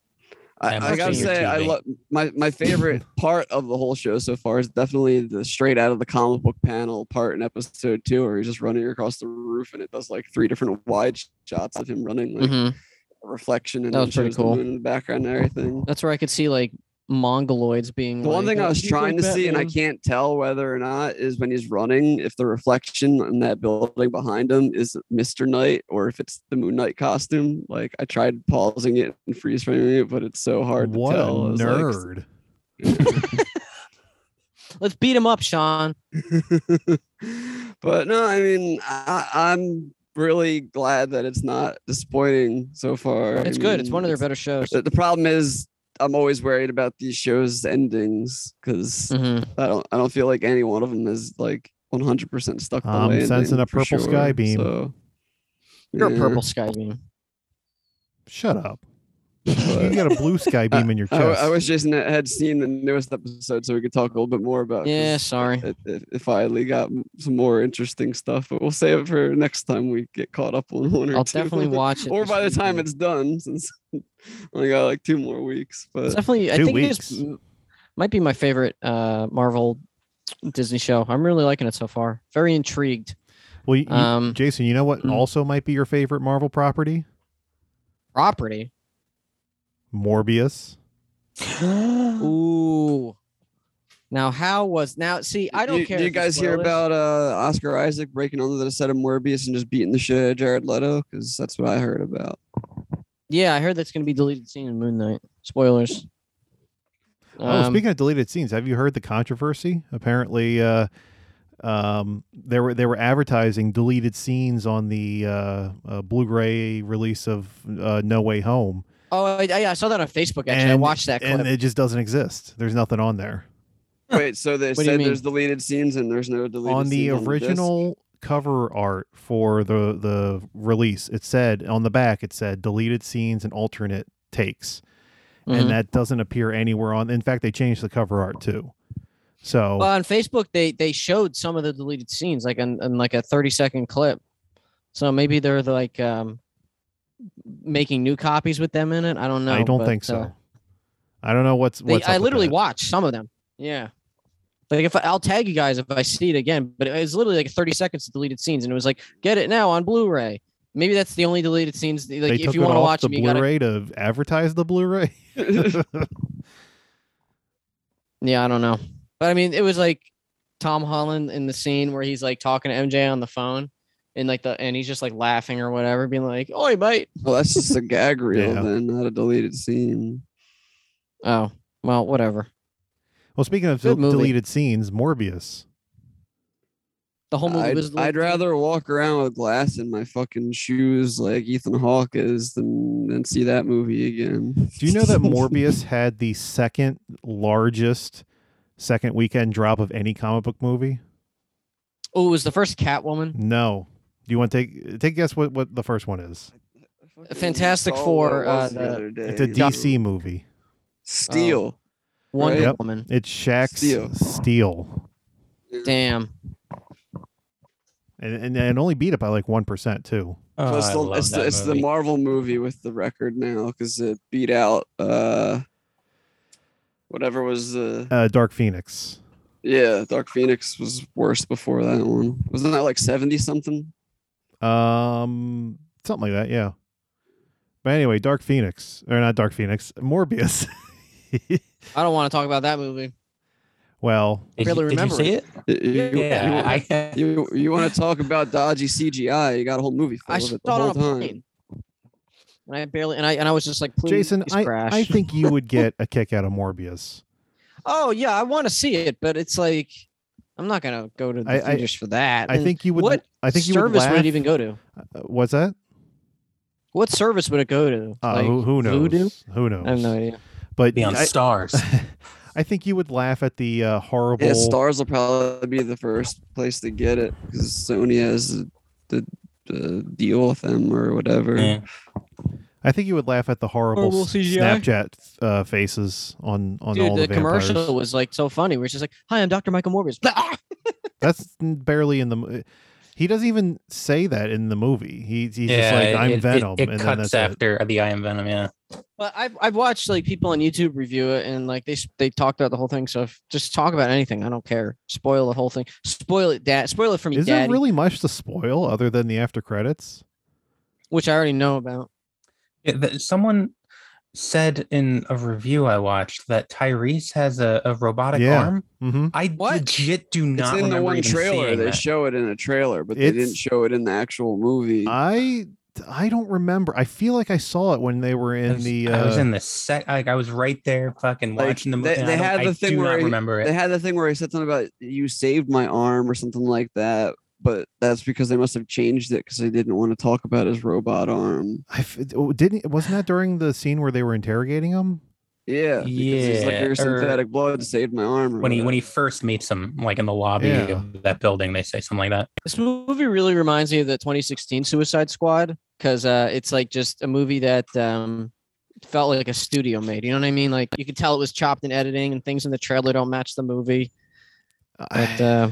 Speaker 6: I,
Speaker 7: That
Speaker 6: I
Speaker 7: must
Speaker 6: gotta
Speaker 7: be your
Speaker 6: say, I
Speaker 7: TV.
Speaker 6: love my my favorite part of the whole show so far is definitely the straight out of the comic book panel part in episode two, where he's just running across the roof and it does like three different wide sh- shots of him running, like
Speaker 4: Mhm.
Speaker 6: a reflection and
Speaker 4: That
Speaker 6: then
Speaker 4: was pretty
Speaker 6: shows the
Speaker 4: cool.
Speaker 6: moon in the background and everything.
Speaker 4: That's where I could see like mongoloids being.
Speaker 6: The one
Speaker 4: like,
Speaker 6: thing I
Speaker 4: "Oh,
Speaker 6: was
Speaker 4: you look
Speaker 6: trying to
Speaker 4: like
Speaker 6: see, and I
Speaker 4: Batman."
Speaker 6: can't tell whether or not, is when he's running, if the reflection in that building behind him is Mr. Knight or if it's the Moon Knight costume. Like I tried pausing it and freeze framing it, but it's so hard
Speaker 5: what
Speaker 6: to tell.
Speaker 5: a
Speaker 6: I was like,
Speaker 5: nerd!
Speaker 4: Let's beat him up, Sean.
Speaker 6: but no, I mean, I, I'm really glad that it's not disappointing so far. I
Speaker 4: It's good. It's
Speaker 6: mean,
Speaker 4: one of their better shows.
Speaker 6: The, the problem is, I'm always worried about these shows' endings because
Speaker 4: Mhm.
Speaker 6: I don't, I don't feel like any one of them is like 100 percent stuck. the
Speaker 5: I'm
Speaker 6: landing,
Speaker 5: sensing a
Speaker 6: for
Speaker 5: purple sky
Speaker 6: sure,
Speaker 5: beam.
Speaker 6: So,
Speaker 4: You're a
Speaker 6: yeah,
Speaker 4: purple sky beam.
Speaker 5: Shut up.
Speaker 6: but
Speaker 5: You got a blue sky beam in your
Speaker 6: I,
Speaker 5: chest.
Speaker 6: I wish Jason had seen the newest episode so we could talk a little bit more about. 'cause
Speaker 4: Yeah, sorry.
Speaker 6: it, it, it finally got m- some more interesting stuff, but we'll save it for next time we get caught up on one or
Speaker 4: I'll
Speaker 6: two.
Speaker 4: definitely watch it.
Speaker 6: or
Speaker 4: this
Speaker 6: by the time
Speaker 4: weekend.
Speaker 6: it's done, since I only got like two more weeks.
Speaker 4: It's
Speaker 6: But
Speaker 4: definitely, I
Speaker 5: Two
Speaker 4: think it's
Speaker 5: weeks.
Speaker 4: m- might be my favorite uh, Marvel Disney show. I'm really liking it so far. Very intrigued.
Speaker 5: well, you, you-
Speaker 4: Um,
Speaker 5: Jason, you know what
Speaker 4: mm.
Speaker 5: also might be your favorite Marvel property?
Speaker 4: property.
Speaker 5: Morbius.
Speaker 4: Ooh. Now, how was now? See, I don't
Speaker 6: you,
Speaker 4: care.
Speaker 6: Do you
Speaker 4: if it's
Speaker 6: guys hear
Speaker 4: spoilers.
Speaker 6: about uh, Oscar Isaac breaking onto the set of Morbius and just beating the shit out of Jared Leto? Because that's what I heard about.
Speaker 4: Yeah, I heard that's going to be deleted scene in Moon Knight. Spoilers.
Speaker 5: oh,
Speaker 4: Um,
Speaker 5: speaking of deleted scenes, have you heard the controversy? Apparently, uh, um, they were they were advertising deleted scenes on the uh, uh, Blu-ray release of uh, No Way Home,
Speaker 4: oh, I, I- I saw that on Facebook. Actually, I watched that clip.
Speaker 5: and it just doesn't exist. There's nothing on there.
Speaker 6: Wait, so they
Speaker 4: What do you
Speaker 6: said there's deleted scenes and there's no deleted
Speaker 5: on the
Speaker 6: scenes disc?
Speaker 5: original cover art for the the release, it said on the back it said deleted scenes and alternate takes,
Speaker 4: Mhm.
Speaker 5: and that doesn't appear anywhere on. In fact, they changed the cover art too. So
Speaker 4: Well, on Facebook, they they showed some of the deleted scenes, like in, in like a thirty second clip. So maybe they're like um, making new copies with them in it. I don't know.
Speaker 5: I don't
Speaker 4: but,
Speaker 5: think
Speaker 4: uh,
Speaker 5: so. I don't know what's.
Speaker 4: they-
Speaker 5: what's
Speaker 4: I
Speaker 5: up with
Speaker 4: literally
Speaker 5: that.
Speaker 4: watched some of them. Yeah. Like if I, I'll tag you guys if I see it again, but it was literally like thirty seconds of deleted scenes, and it was like, get it now on Blu-ray. Maybe that's the only deleted scenes. that- Like
Speaker 5: they
Speaker 4: if
Speaker 5: took
Speaker 4: you
Speaker 5: it
Speaker 4: want to
Speaker 5: off
Speaker 4: watch
Speaker 5: the
Speaker 4: them, you gotta.
Speaker 5: Blu-ray to advertise the Blu-ray.
Speaker 4: Yeah, I don't know. But I mean, it was like Tom Holland in the scene where he's like talking to MJ on the phone and like the and he's just like laughing or whatever, being like, Oh, mate.
Speaker 6: Well, that's just a gag reel,
Speaker 5: Yeah.
Speaker 6: then, not a deleted scene.
Speaker 4: Oh, well, whatever.
Speaker 5: well, speaking of
Speaker 4: Good
Speaker 5: del-
Speaker 4: movie.
Speaker 5: deleted scenes, Morbius.
Speaker 4: The whole movie
Speaker 6: I'd,
Speaker 4: was
Speaker 6: I'd rather walk around with glass in my fucking shoes like Ethan Hawke is than, than see that movie again.
Speaker 5: Do you know that Morbius had the second largest second weekend drop of any comic book movie?
Speaker 4: Oh, it was the first Catwoman.
Speaker 5: No. Do you want to take take a guess what what the first one is?
Speaker 6: Fucking
Speaker 4: Fantastic
Speaker 6: saw
Speaker 4: Four,
Speaker 6: what it was
Speaker 4: uh,
Speaker 6: the
Speaker 4: the-
Speaker 6: other day.
Speaker 5: It's a DC movie.
Speaker 6: Steel.
Speaker 4: Wonder
Speaker 5: Yep.
Speaker 4: Woman.
Speaker 5: It's Shaq's
Speaker 6: Steel.
Speaker 5: Steel,
Speaker 4: Oh, Damn.
Speaker 5: and, and and only beat it by like one percent too.
Speaker 7: Oh,
Speaker 6: Plus
Speaker 7: I
Speaker 6: the-
Speaker 7: love
Speaker 6: it's, the,
Speaker 7: that
Speaker 6: it's the
Speaker 7: movie.
Speaker 6: Marvel movie with the record now because it beat out uh, whatever was uh,
Speaker 5: Uh, Dark Phoenix.
Speaker 6: yeah Dark Phoenix was worse before that one. Wasn't that like seventy something?
Speaker 5: Um, something like that. Yeah. But anyway, Dark Phoenix or not Dark Phoenix, Morbius.
Speaker 4: I don't want to talk about that movie.
Speaker 5: well,
Speaker 7: Did you-
Speaker 4: barely
Speaker 7: did you
Speaker 4: remember
Speaker 7: see it?
Speaker 6: You- you- you-
Speaker 7: Yeah, I can't.
Speaker 6: You you want to talk about dodgy CGI? You got a whole movie full
Speaker 4: I
Speaker 6: of
Speaker 4: saw
Speaker 6: it
Speaker 4: it
Speaker 6: the
Speaker 4: on
Speaker 6: whole
Speaker 4: a
Speaker 6: time.
Speaker 4: plane. And I barely and I and I was just like, please
Speaker 5: Jason, I,
Speaker 4: crash.
Speaker 5: I think you would get a kick out of Morbius.
Speaker 4: oh yeah, I want to see it, but it's like I'm not gonna go to the
Speaker 5: I- I-
Speaker 4: theaters for that.
Speaker 5: I
Speaker 4: And
Speaker 5: think you would.
Speaker 4: what
Speaker 5: I think you would.
Speaker 4: service
Speaker 5: Laugh.
Speaker 4: it even go to?
Speaker 5: Uh, what's that?
Speaker 4: What service would it go to?
Speaker 5: Uh,
Speaker 4: Like,
Speaker 5: who, who knows?
Speaker 4: Voodoo?
Speaker 5: Who knows?
Speaker 4: I have no idea.
Speaker 5: But
Speaker 7: Be on
Speaker 5: I,
Speaker 7: stars.
Speaker 5: I think you would laugh at the uh, horrible.
Speaker 6: Yeah, Stars will probably be the first place to get it because Sony has a to, to deal with them or whatever.
Speaker 7: Yeah.
Speaker 5: I think you would laugh at the horrible,
Speaker 4: Horrible
Speaker 5: s-
Speaker 4: CGI.
Speaker 5: Snapchat uh, faces on on
Speaker 4: Dude,
Speaker 5: all
Speaker 4: the,
Speaker 5: the vampires.
Speaker 4: commercial was like so funny. We're just like, "Hi, I'm Dr. Michael Morbius."
Speaker 5: That's barely in the. mo- He doesn't even say that in the movie. He, he's just
Speaker 7: Yeah,
Speaker 5: like, "I'm
Speaker 7: it- it-
Speaker 5: Venom,"
Speaker 7: It,
Speaker 5: and then
Speaker 7: cuts
Speaker 5: that's it.
Speaker 7: after the I am Venom. Yeah,
Speaker 4: Well, I've I've watched like people on YouTube review it and like they s- they talked about the whole thing. So if, just talk about anything. I don't care. Spoil the whole thing. Spoil it, dad. Spoil it for me,
Speaker 5: Is there
Speaker 4: daddy.
Speaker 5: really much to spoil other than the after credits?
Speaker 4: Which I already know about.
Speaker 7: It- that- someone said in a review I watched that Tyrese has a, a robotic
Speaker 5: Yeah.
Speaker 7: arm.
Speaker 5: hmm
Speaker 7: I
Speaker 4: What?
Speaker 7: legit do
Speaker 6: It's
Speaker 7: not
Speaker 6: in the
Speaker 7: remember
Speaker 6: one
Speaker 7: even
Speaker 6: trailer.
Speaker 7: seeing
Speaker 6: They
Speaker 7: that.
Speaker 6: show it in a trailer, but they
Speaker 5: It's-
Speaker 6: didn't show it in the actual movie.
Speaker 5: I I don't remember. I feel like I saw it when they were
Speaker 7: I
Speaker 5: in
Speaker 7: was,
Speaker 5: the.
Speaker 7: I was
Speaker 5: uh,
Speaker 7: in the set. Like I was right there, fucking
Speaker 6: Like,
Speaker 7: watching the
Speaker 6: they-
Speaker 7: movie. and
Speaker 6: they
Speaker 7: I don't-
Speaker 6: had the
Speaker 7: I
Speaker 6: thing
Speaker 7: do
Speaker 6: where
Speaker 7: not
Speaker 6: he-
Speaker 7: remember
Speaker 6: They
Speaker 7: it.
Speaker 6: had the thing where he said something about you saved my arm or something like that, but that's because they must have changed it because they didn't want to talk about his robot arm.
Speaker 5: I f- oh, didn't wasn't that during the scene where they were interrogating him?
Speaker 6: Yeah, because he's like
Speaker 7: Yeah,
Speaker 6: your
Speaker 7: or-
Speaker 6: synthetic blood saved my arm. or
Speaker 7: When he when
Speaker 6: whatever."
Speaker 7: he first meets him, like in the lobby
Speaker 5: Yeah.
Speaker 7: of that building, they say something like that.
Speaker 4: This movie really reminds me of the 2016 Suicide Squad because uh, it's like just a movie that um, felt like a studio made. You know what I mean? Like you could tell it was chopped in editing and things in the trailer don't match the movie. But uh,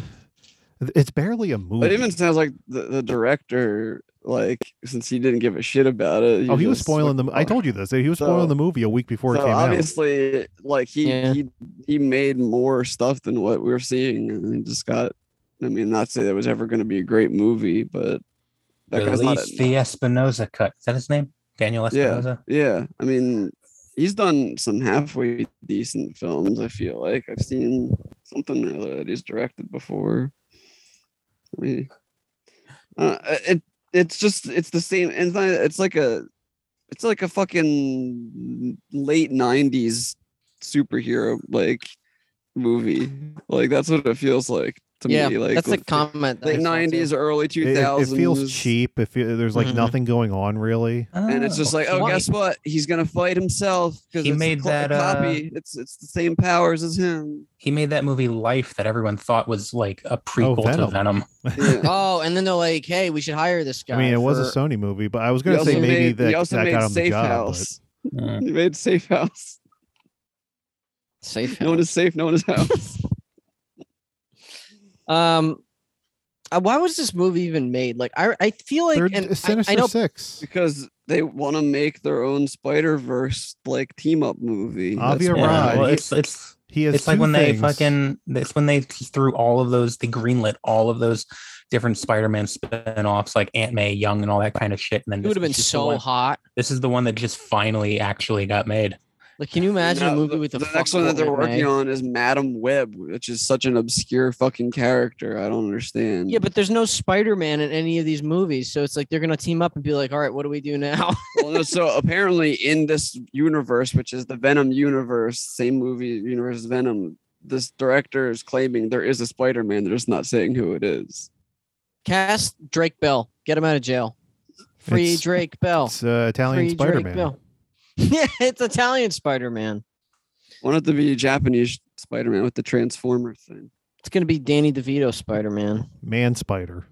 Speaker 5: it's barely a movie.
Speaker 6: But it even sounds like the, the director, like since he didn't give a shit about it.
Speaker 5: oh, he was
Speaker 6: just,
Speaker 5: spoiling the.
Speaker 6: like,
Speaker 5: I told you this. He was spoiling
Speaker 6: So-
Speaker 5: the movie a week before
Speaker 6: So
Speaker 5: it came out.
Speaker 6: obviously, like he,
Speaker 4: Yeah.
Speaker 6: he he made more stuff than what we are seeing, and it just got. I mean, not to say that was ever going to be a great movie, but that guy's not.
Speaker 7: Release the Espinosa cut. Is that his name? Daniel Espinosa.
Speaker 6: Yeah, I mean, he's done some halfway decent films. I feel like I've seen something or other that he's directed before. I mean, uh, it it's just it's the same. It's not. It's like a it's like a fucking late '90s superhero like movie. Like that's what it feels like to
Speaker 4: yeah,
Speaker 6: me. Like
Speaker 4: that's the
Speaker 6: with the
Speaker 4: comment. that I
Speaker 6: late
Speaker 4: saw, too.
Speaker 6: '90s, early
Speaker 5: It, it- it
Speaker 6: 2000s.
Speaker 5: feels cheap. If there's like
Speaker 4: Mhm.
Speaker 7: Mm-hmm.
Speaker 5: nothing going on really.
Speaker 6: and it's just like, oh,
Speaker 7: why?
Speaker 6: guess what? He's gonna fight himself because
Speaker 7: He
Speaker 6: it's a
Speaker 7: made
Speaker 6: cl- a
Speaker 7: that, uh,
Speaker 6: copy. It's it's the same powers as him.
Speaker 7: He made that movie Life that everyone thought was like a prequel
Speaker 5: Oh,
Speaker 7: to
Speaker 5: Venom.
Speaker 7: Venom.
Speaker 6: Yeah.
Speaker 4: Oh, and then they're like, "Hey, we should hire this guy."
Speaker 5: I mean, it was a
Speaker 4: for-
Speaker 5: Sony movie, but I was
Speaker 6: He
Speaker 5: gonna
Speaker 6: also
Speaker 5: say maybe
Speaker 6: made- he
Speaker 5: that,
Speaker 6: also
Speaker 5: that
Speaker 6: made
Speaker 5: got him the
Speaker 6: Safe
Speaker 5: job. but-
Speaker 6: House.
Speaker 7: Uh,
Speaker 6: He made Safe House.
Speaker 4: safe.
Speaker 6: No one is safe. No one is house.
Speaker 4: Um, uh, why was this movie even made? Like, I I feel like,
Speaker 5: Third-
Speaker 4: and I,
Speaker 5: Sinister
Speaker 4: I know
Speaker 5: Six.
Speaker 6: because they want to make their own Spider Verse like team up movie. That's
Speaker 5: Avi
Speaker 6: why.
Speaker 5: Arad.
Speaker 7: yeah, well,
Speaker 5: He-
Speaker 7: it's it's
Speaker 5: He has
Speaker 7: it's like
Speaker 5: two
Speaker 7: when
Speaker 5: things.
Speaker 7: they fucking it's when they threw all of those they greenlit all of those different spider-man spin-offs like aunt may young and all that kind of shit and then
Speaker 4: it would have been
Speaker 7: this is the
Speaker 4: so
Speaker 7: one-
Speaker 4: hot.
Speaker 7: this is the one that just finally actually got made
Speaker 4: Like, can you imagine
Speaker 6: No,
Speaker 4: a movie
Speaker 6: the-
Speaker 4: with a eh?
Speaker 6: the next one that they're working on is Madam Web, which is such an obscure fucking character. I don't understand.
Speaker 4: Yeah, but there's no Spider-Man in any of these movies, so it's like they're gonna team up and be like, "All right, what do we do now?"
Speaker 6: well, no, so apparently in this universe, which is the Venom universe, same movie universe as Venom, this director is claiming there is a Spider-Man. They're just not saying who it is.
Speaker 4: Cast Drake Bell, get him out of jail. Free
Speaker 5: It's-
Speaker 4: Drake Bell.
Speaker 5: It's uh, Italian
Speaker 4: Free
Speaker 5: Spider
Speaker 4: Drake
Speaker 5: Man.
Speaker 4: Bell. Yeah, it's Italian Spider-Man.
Speaker 6: Wanted to be Japanese Spider-Man with the Transformer thing.
Speaker 4: It's gonna be Danny DeVito Spider-Man.
Speaker 5: Man Spider.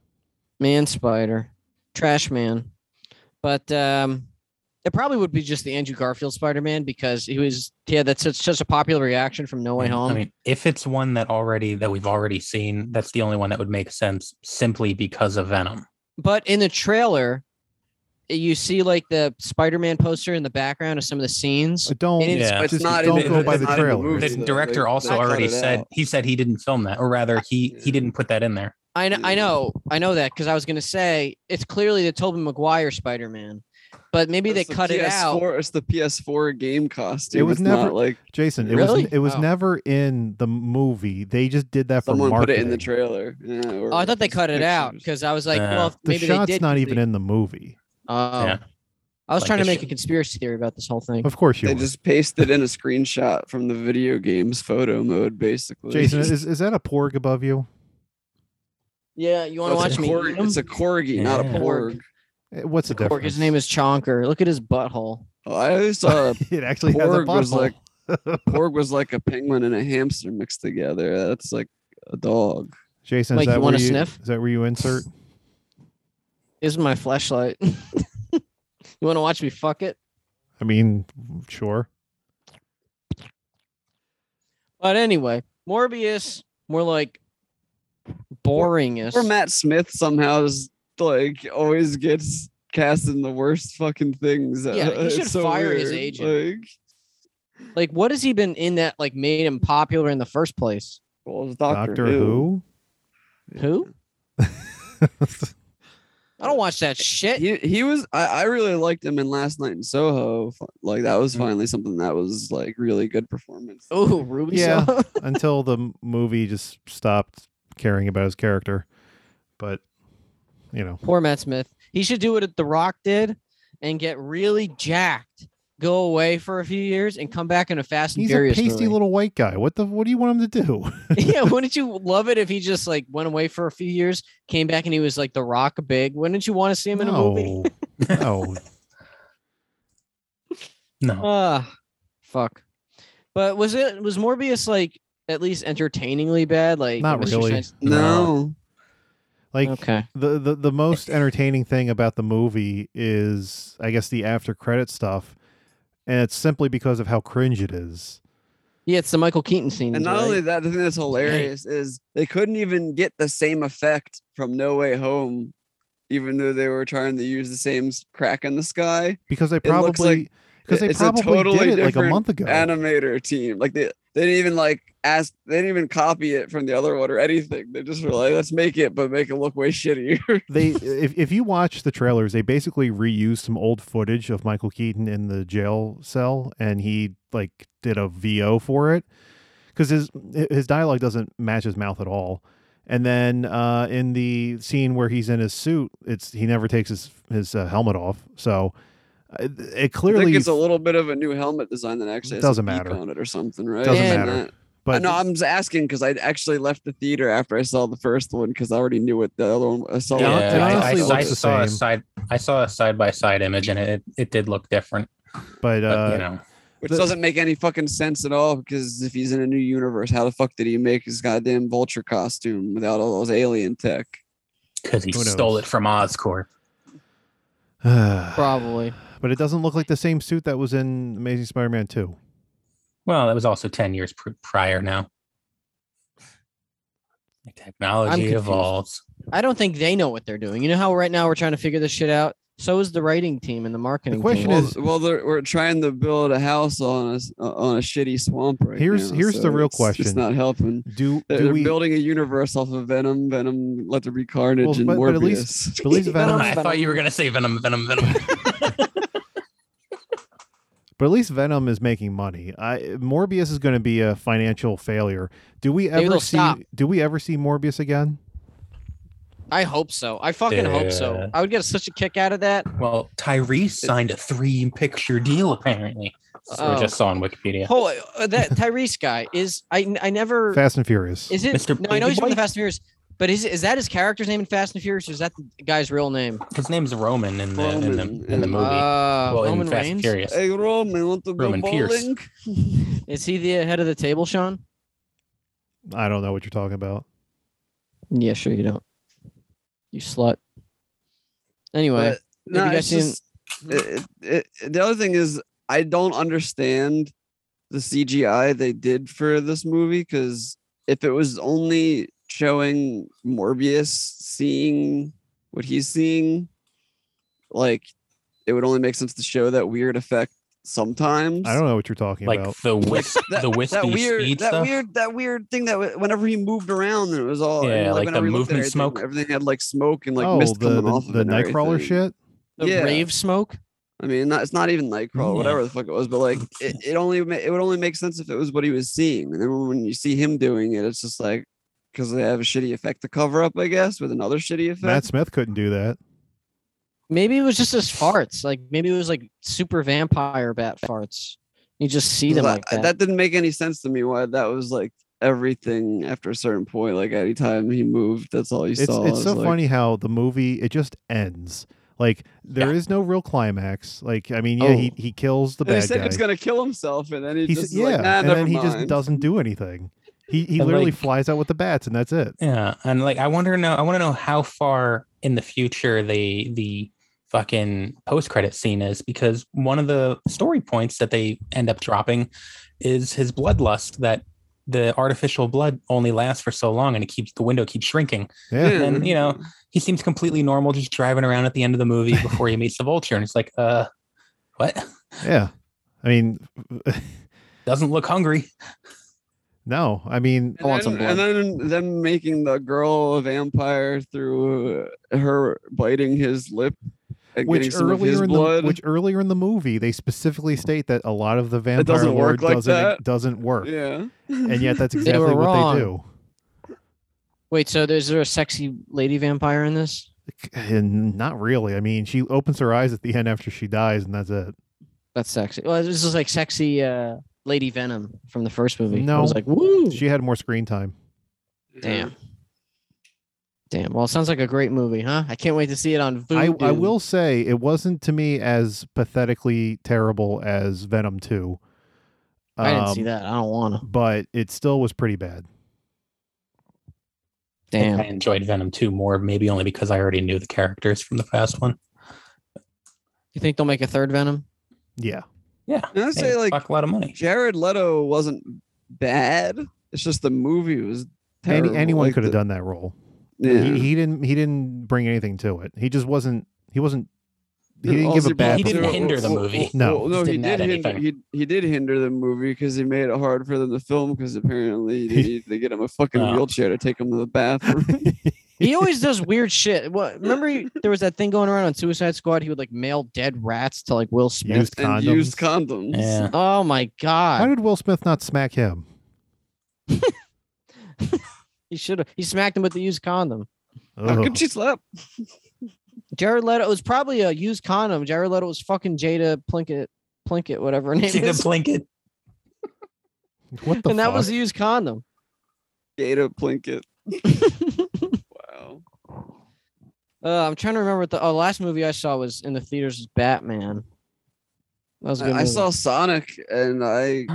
Speaker 4: Man Spider, Trash Man. But um, it probably would be just the Andrew Garfield Spider Man because he was, yeah, that's such, such a popular reaction from No Way Home.
Speaker 7: i mean if it's one that already that we've already seen that's the only one that would make sense simply because of venom
Speaker 4: but in the trailer, you see like the Spider Man poster in the background of some of the scenes.
Speaker 5: Uh, Don't
Speaker 4: And
Speaker 7: Yeah.
Speaker 6: But
Speaker 5: Just
Speaker 6: it's not. in
Speaker 5: don't
Speaker 6: the-
Speaker 5: go
Speaker 6: it's
Speaker 5: by the
Speaker 6: not in
Speaker 5: trailer.
Speaker 6: movie,
Speaker 7: the
Speaker 6: though. They-
Speaker 7: director
Speaker 6: they
Speaker 7: also
Speaker 6: cut
Speaker 7: already
Speaker 6: it
Speaker 7: said
Speaker 6: out.
Speaker 7: he said he didn't film that or rather he he
Speaker 6: Yeah.
Speaker 7: didn't put that in there
Speaker 4: I know, I know, I know that because I was gonna say it's clearly the Tobey Maguire Spider Man, but maybe
Speaker 6: It's
Speaker 4: they
Speaker 6: the
Speaker 4: cut it out.
Speaker 6: PS4 It's the PS4 game costume.
Speaker 5: It was
Speaker 6: It's not
Speaker 5: never-
Speaker 6: like
Speaker 5: Jason, it
Speaker 4: Really?
Speaker 5: was it was
Speaker 4: Wow.
Speaker 5: never in the movie. They just did that for
Speaker 6: someone put
Speaker 5: marketing.
Speaker 6: it in the trailer. Yeah, or
Speaker 4: Oh, I thought they cut it out
Speaker 6: pictures.
Speaker 4: because I was like,
Speaker 7: Uh,
Speaker 4: well, if-
Speaker 5: The
Speaker 4: maybe
Speaker 5: shot's
Speaker 4: they did.
Speaker 5: not even in the movie.
Speaker 4: Oh,
Speaker 7: Yeah.
Speaker 4: I was
Speaker 7: Like
Speaker 4: trying to
Speaker 7: they
Speaker 4: make a
Speaker 7: should-
Speaker 4: conspiracy theory about this whole thing.
Speaker 5: Of course you.
Speaker 6: They
Speaker 5: would.
Speaker 6: just pasted in a screenshot from the video game's photo mode, basically.
Speaker 5: Jason, is, is that a porg above you?
Speaker 4: Yeah, you want to
Speaker 6: Well,
Speaker 4: watch
Speaker 6: it's a
Speaker 4: me?
Speaker 6: corg-
Speaker 4: eat 'em?
Speaker 6: It's a corgi, not a
Speaker 7: Yeah.
Speaker 6: porg.
Speaker 5: Eh, What's the
Speaker 4: Cork,
Speaker 5: difference?
Speaker 4: his name is Chonker. Look at his butthole.
Speaker 6: Oh, I always saw a
Speaker 5: It actually has a
Speaker 6: porg was
Speaker 5: butthole.
Speaker 6: like- porg was like a penguin and a hamster mixed together. That's like a dog.
Speaker 5: Jason, is
Speaker 4: Mike, you
Speaker 5: that where
Speaker 4: wanna
Speaker 5: you
Speaker 4: sniff?
Speaker 5: Is that where you insert?
Speaker 4: Here's my flashlight. you want to watch me fuck it?
Speaker 5: I mean, sure.
Speaker 4: But anyway, Morbius, more like boringness.
Speaker 6: Or Matt Smith somehow is like always gets cast in the worst fucking things.
Speaker 4: Yeah, he
Speaker 6: It's
Speaker 4: should
Speaker 6: so
Speaker 4: fire his
Speaker 6: weird.
Speaker 4: agent.
Speaker 6: Like,
Speaker 4: Like, what has he been in that like made him popular in the first place?
Speaker 6: well, it's
Speaker 5: Doctor,
Speaker 6: Doctor, Who.
Speaker 4: Who? I don't watch that shit.
Speaker 6: He he was. I, I really liked him in Last Night in Soho. F- Like that was finally something that was like really good performance.
Speaker 4: Mm-hmm. Oh, Ruby.
Speaker 5: Yeah.
Speaker 4: Soho?
Speaker 5: Until the m- movie just stopped caring about his character. But, you know,
Speaker 4: Poor Matt Smith. He should do what The Rock did and get really jacked, go away for a few years, and come back in a Fast and
Speaker 5: he's a
Speaker 4: Furious
Speaker 5: pasty
Speaker 4: movie.
Speaker 5: little white guy. What the? What do you want him to do?
Speaker 4: yeah, wouldn't you love it if he just like went away for a few years, came back, and he was like The Rock big? Wouldn't you want to see him in a movie?
Speaker 5: no. no.
Speaker 7: No.
Speaker 4: Ah, fuck. But was it was Morbius like at least entertainingly bad? Like
Speaker 5: Not
Speaker 4: Mr.
Speaker 5: really.
Speaker 4: Science-
Speaker 6: No,
Speaker 5: Like,
Speaker 4: Okay.
Speaker 5: the, the the most entertaining thing about the movie is I guess the after credit stuff, and it's simply because of how cringe it is.
Speaker 4: Yeah, it's the Michael Keaton scene.
Speaker 6: and not only that, the thing that's hilarious is they couldn't even get the same effect from No Way Home, even though they were trying to use the same s- crack in the sky.
Speaker 5: Because they
Speaker 6: looks
Speaker 5: probably because they
Speaker 6: it's
Speaker 5: probably
Speaker 6: a totally
Speaker 5: did it like
Speaker 6: different
Speaker 5: a month ago.
Speaker 6: animator team. Like they, they didn't even like ask. They didn't even copy it from the other one or anything. They just were like, let's make it, but make it look way shittier.
Speaker 5: they if if you watch the trailers, they basically reused some old footage of Michael Keaton in the jail cell, and he like did a VO for it because his his dialogue doesn't match his mouth at all. And then uh, in the scene where he's in his suit, it's he never takes his his uh, helmet off, so uh, it
Speaker 6: I
Speaker 5: clearly.
Speaker 6: think it's a little bit of a new helmet design that actually has a
Speaker 5: Doesn't
Speaker 6: beak
Speaker 5: matter.
Speaker 6: on it or something, right?
Speaker 5: Doesn't
Speaker 6: And
Speaker 5: matter.
Speaker 6: that-
Speaker 5: but
Speaker 6: no, I'm just asking because I actually left the theater after I saw the first one because I already knew what the other one. I saw.
Speaker 5: Yeah,
Speaker 6: what
Speaker 5: it
Speaker 6: the-
Speaker 7: I, I-
Speaker 5: honestly
Speaker 7: I
Speaker 5: looks the
Speaker 7: saw a
Speaker 5: same.
Speaker 7: side. I saw a side by side image, and it it did look different.
Speaker 5: but
Speaker 7: But,
Speaker 5: uh,
Speaker 7: you know,
Speaker 6: which
Speaker 5: the-
Speaker 6: doesn't make any fucking sense at all because if he's in a new universe, how the fuck did he make his goddamn vulture costume without all those alien tech?
Speaker 7: because he
Speaker 5: who knows?
Speaker 7: stole it from Oscorp.
Speaker 4: probably.
Speaker 5: but it doesn't look like the same suit that was in Amazing Spider-Man Two.
Speaker 7: Well, that was also ten years pr- prior. Now, The technology
Speaker 4: confused.
Speaker 7: evolves.
Speaker 4: I don't think they know what they're doing. You know how right now we're trying to figure this shit out. So is the writing team and the marketing.
Speaker 5: question
Speaker 4: team.
Speaker 6: Well,
Speaker 5: is-
Speaker 6: well, they're, we're trying to build a house on a s- on a shitty swamp right
Speaker 5: Here's-
Speaker 6: now,
Speaker 5: here's the
Speaker 6: so
Speaker 5: real
Speaker 6: it's- It's
Speaker 5: question.
Speaker 6: not helping.
Speaker 5: Do
Speaker 6: They're,
Speaker 5: do
Speaker 6: they're
Speaker 5: we?
Speaker 6: building a universe off of Venom, Venom, Let There Be Carnage,
Speaker 5: Well,
Speaker 6: and Morbius.
Speaker 5: but- but at least- but at least Venom
Speaker 7: I thought you were gonna say Venom, Venom, Venom.
Speaker 5: But at least Venom is making money. I Morbius is going to be a financial failure. Do we ever
Speaker 4: they'll
Speaker 5: see?
Speaker 4: stop.
Speaker 5: Do we ever see Morbius again?
Speaker 4: I hope so. I fucking hope so.
Speaker 7: Yeah.
Speaker 4: I would get such a kick out of that.
Speaker 7: well, Tyrese signed a three-picture deal. Apparently, That's what I
Speaker 4: Oh.
Speaker 7: just saw on Wikipedia.
Speaker 4: Whole uh, that Tyrese guy is. I I never.
Speaker 6: Er,
Speaker 5: Fast and Furious.
Speaker 4: Is it?
Speaker 7: Mr.
Speaker 4: No, I know he's from the
Speaker 7: Babyboy?
Speaker 4: Fast and Furious, but is is that his character's name in Fast and Furious, or is that the guy's real name?
Speaker 7: His name's Roman in the in
Speaker 6: Roman,
Speaker 7: the in the
Speaker 6: yeah.
Speaker 7: movie.
Speaker 4: Uh,
Speaker 7: well,
Speaker 4: Roman
Speaker 7: in Fast and
Speaker 4: Reigns.
Speaker 7: Furious.
Speaker 6: Hey, Roman, want to go
Speaker 7: Roman Pierce.
Speaker 6: bowling?
Speaker 4: Is he the head of the table, Sean?
Speaker 5: I don't know what you're talking about.
Speaker 4: Yeah, sure you don't. You slut. Anyway,
Speaker 6: But, no,
Speaker 4: you guys
Speaker 6: it's
Speaker 4: seen-
Speaker 6: just, it, it, it- the other thing is I don't understand the CGI they did for this movie because if it was only showing Morbius seeing what he's seeing, like it would only make sense to show that weird effect sometimes.
Speaker 5: I don't know what you're talking
Speaker 7: Like
Speaker 5: about.
Speaker 7: the wisp,
Speaker 6: That-
Speaker 7: the wispy
Speaker 6: that weird,
Speaker 7: speed
Speaker 6: that
Speaker 7: stuff.
Speaker 6: weird, that weird thing that w- whenever he moved around, it was all and,
Speaker 7: Yeah, like the
Speaker 6: whenever he looked at
Speaker 7: movement
Speaker 6: everything,
Speaker 7: smoke.
Speaker 6: Everything had like smoke and like
Speaker 5: oh,
Speaker 6: mist
Speaker 5: the
Speaker 6: coming
Speaker 5: the,
Speaker 6: off of
Speaker 5: the
Speaker 6: it and
Speaker 5: Nightcrawler
Speaker 6: everything.
Speaker 5: shit.
Speaker 4: the
Speaker 6: yeah.
Speaker 4: rave smoke.
Speaker 6: I mean, not, it's not even Nightcrawler,
Speaker 7: Yeah.
Speaker 6: whatever the fuck it was, but like it, it only ma- it would only make sense if it was what he was seeing. And then when you see him doing it, it's just like because they have a shitty effect to cover up, I guess, with another shitty effect.
Speaker 5: Matt Smith couldn't do that.
Speaker 4: Maybe it was just his farts. Like maybe it was like super vampire bat farts. You just see them
Speaker 6: Because
Speaker 4: like
Speaker 6: I-
Speaker 4: that.
Speaker 6: didn't make any sense to me. Why that was like everything after a certain point. Like anytime he moved, that's all you
Speaker 5: It's
Speaker 6: saw.
Speaker 5: it's
Speaker 6: I
Speaker 5: so
Speaker 6: was like,
Speaker 5: funny how the movie it just ends. Like there is
Speaker 7: Yeah.
Speaker 5: no real climax. Like I mean, yeah, he he kills the
Speaker 6: Oh. And he
Speaker 5: bad
Speaker 6: said
Speaker 5: guy.
Speaker 6: he was gonna kill himself, and then he
Speaker 5: He's-
Speaker 6: just is
Speaker 5: yeah,
Speaker 6: like, nah,
Speaker 5: and
Speaker 6: never
Speaker 5: then he
Speaker 6: mind.
Speaker 5: just doesn't do anything. He he
Speaker 7: And,
Speaker 5: literally
Speaker 7: like-
Speaker 5: flies out with the bats, and that's it.
Speaker 7: Yeah, and like I wonder now. I want to know how far in the future the the fucking post credit scene is because one of the story points that they end up dropping is his bloodlust that the artificial blood only lasts for so long and it keeps the window keeps shrinking.
Speaker 5: Yeah.
Speaker 7: And you know, he seems completely normal just driving around at the end of the movie before he meets the vulture and it's like, uh what?
Speaker 5: Yeah. I mean,
Speaker 7: Doesn't look hungry.
Speaker 5: no. I mean,
Speaker 6: And, then, and then them making the girl a vampire through uh, her biting his lip and getting
Speaker 5: which
Speaker 6: some of his
Speaker 5: earlier in the,
Speaker 6: blood.
Speaker 5: which earlier in the movie they specifically state that a lot of the vampire
Speaker 6: doesn't
Speaker 5: lore
Speaker 6: work like
Speaker 5: doesn't
Speaker 6: that.
Speaker 5: doesn't work,
Speaker 6: yeah.
Speaker 5: and yet that's
Speaker 4: They
Speaker 5: exactly
Speaker 4: were
Speaker 5: what
Speaker 4: wrong.
Speaker 5: they do.
Speaker 4: Wait, so there's there a sexy lady vampire in this?
Speaker 5: And not really. I mean, she opens her eyes at the end after she dies, and that's it.
Speaker 4: That's sexy. Well, this is like sexy uh, Lady Venom from the first movie. I was
Speaker 5: No.
Speaker 4: like, woo,
Speaker 5: She had more screen time.
Speaker 4: damn, damn. Well, it sounds like a great movie, huh? I can't wait to see it on.
Speaker 5: I,
Speaker 4: Voodoo.
Speaker 5: I will say it wasn't to me as pathetically terrible as Venom Two.
Speaker 4: I didn't see
Speaker 5: Um,
Speaker 4: that. I don't want to.
Speaker 5: but it still was pretty bad.
Speaker 7: I think I
Speaker 4: Damn.
Speaker 7: enjoyed Venom 2 more, maybe only because I already knew the characters from the first one.
Speaker 4: You think they'll make a third Venom?
Speaker 5: Yeah,
Speaker 7: Yeah.
Speaker 6: And I
Speaker 7: they
Speaker 6: say like
Speaker 7: fuck a lot of money.
Speaker 6: Jared Leto wasn't bad. It's just the movie was terrible.
Speaker 5: Any, anyone
Speaker 6: Like,
Speaker 5: could have
Speaker 6: the-
Speaker 5: done that role.
Speaker 6: Yeah.
Speaker 5: He, he didn't. He didn't bring anything to it. He just wasn't. He wasn't. He didn't give
Speaker 6: Also,
Speaker 5: a bad.
Speaker 7: He didn't
Speaker 5: performance.
Speaker 7: hinder the movie.
Speaker 5: No.
Speaker 6: well, no,
Speaker 7: Just
Speaker 6: he
Speaker 7: didn't
Speaker 6: did
Speaker 7: add
Speaker 6: hinder. He,
Speaker 7: anything.
Speaker 6: he did hinder the movie because he made it hard for them to film because apparently they
Speaker 5: He-
Speaker 6: needed to get him a fucking
Speaker 7: Oh.
Speaker 6: wheelchair to take him to the bathroom.
Speaker 4: He always does weird shit. What? Remember, he- there was that thing going around on Suicide Squad. He would like mail dead rats to like Will Smith.
Speaker 5: Used
Speaker 6: and
Speaker 5: condoms.
Speaker 6: used condoms.
Speaker 7: Yeah.
Speaker 4: Oh my
Speaker 5: How
Speaker 4: god.
Speaker 5: did Will Smith not smack him?
Speaker 4: He should have. He smacked him with the used condom.
Speaker 6: How
Speaker 5: Ugh.
Speaker 6: could she slap?
Speaker 4: Jared Leto it was probably a used condom. Jared Leto was fucking Jada Plinkett, Plinkett, whatever her name
Speaker 7: See the
Speaker 4: is.
Speaker 7: blanket.
Speaker 5: What the
Speaker 4: and that
Speaker 5: fuck?
Speaker 4: was a used condom.
Speaker 6: Jada Plinkett. wow.
Speaker 4: Uh, I'm trying to remember what the oh, last movie I saw was in the theaters was Batman. That was a
Speaker 6: I,
Speaker 4: good
Speaker 6: I
Speaker 4: movie.
Speaker 6: saw Sonic and I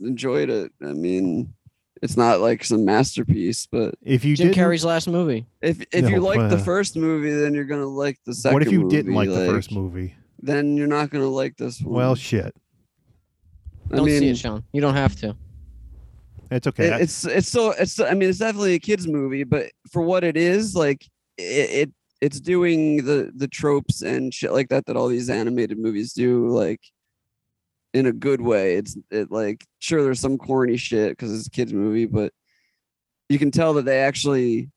Speaker 6: enjoyed it. I mean, it's not like some masterpiece, but
Speaker 5: if you
Speaker 4: Jim
Speaker 5: didn't,
Speaker 4: Carrey's last movie.
Speaker 6: if if you
Speaker 5: No,
Speaker 6: like the
Speaker 5: uh,
Speaker 6: first movie, then you're gonna like the second.
Speaker 5: what if you
Speaker 6: movie,
Speaker 5: didn't like, the first movie?
Speaker 6: Then you're not gonna like this one.
Speaker 5: Well, shit.
Speaker 6: I
Speaker 4: Don't
Speaker 6: mean,
Speaker 4: see it, Sean. You don't have to.
Speaker 6: it-
Speaker 5: It's okay. I-
Speaker 6: it's it's so it's I mean it's definitely a kids movie, but for what it is, like it, it it's doing the the tropes and shit like that that all these animated movies do, like in a good way. It's it like sure there's some corny shit because it's a kids movie, but you can tell that they actually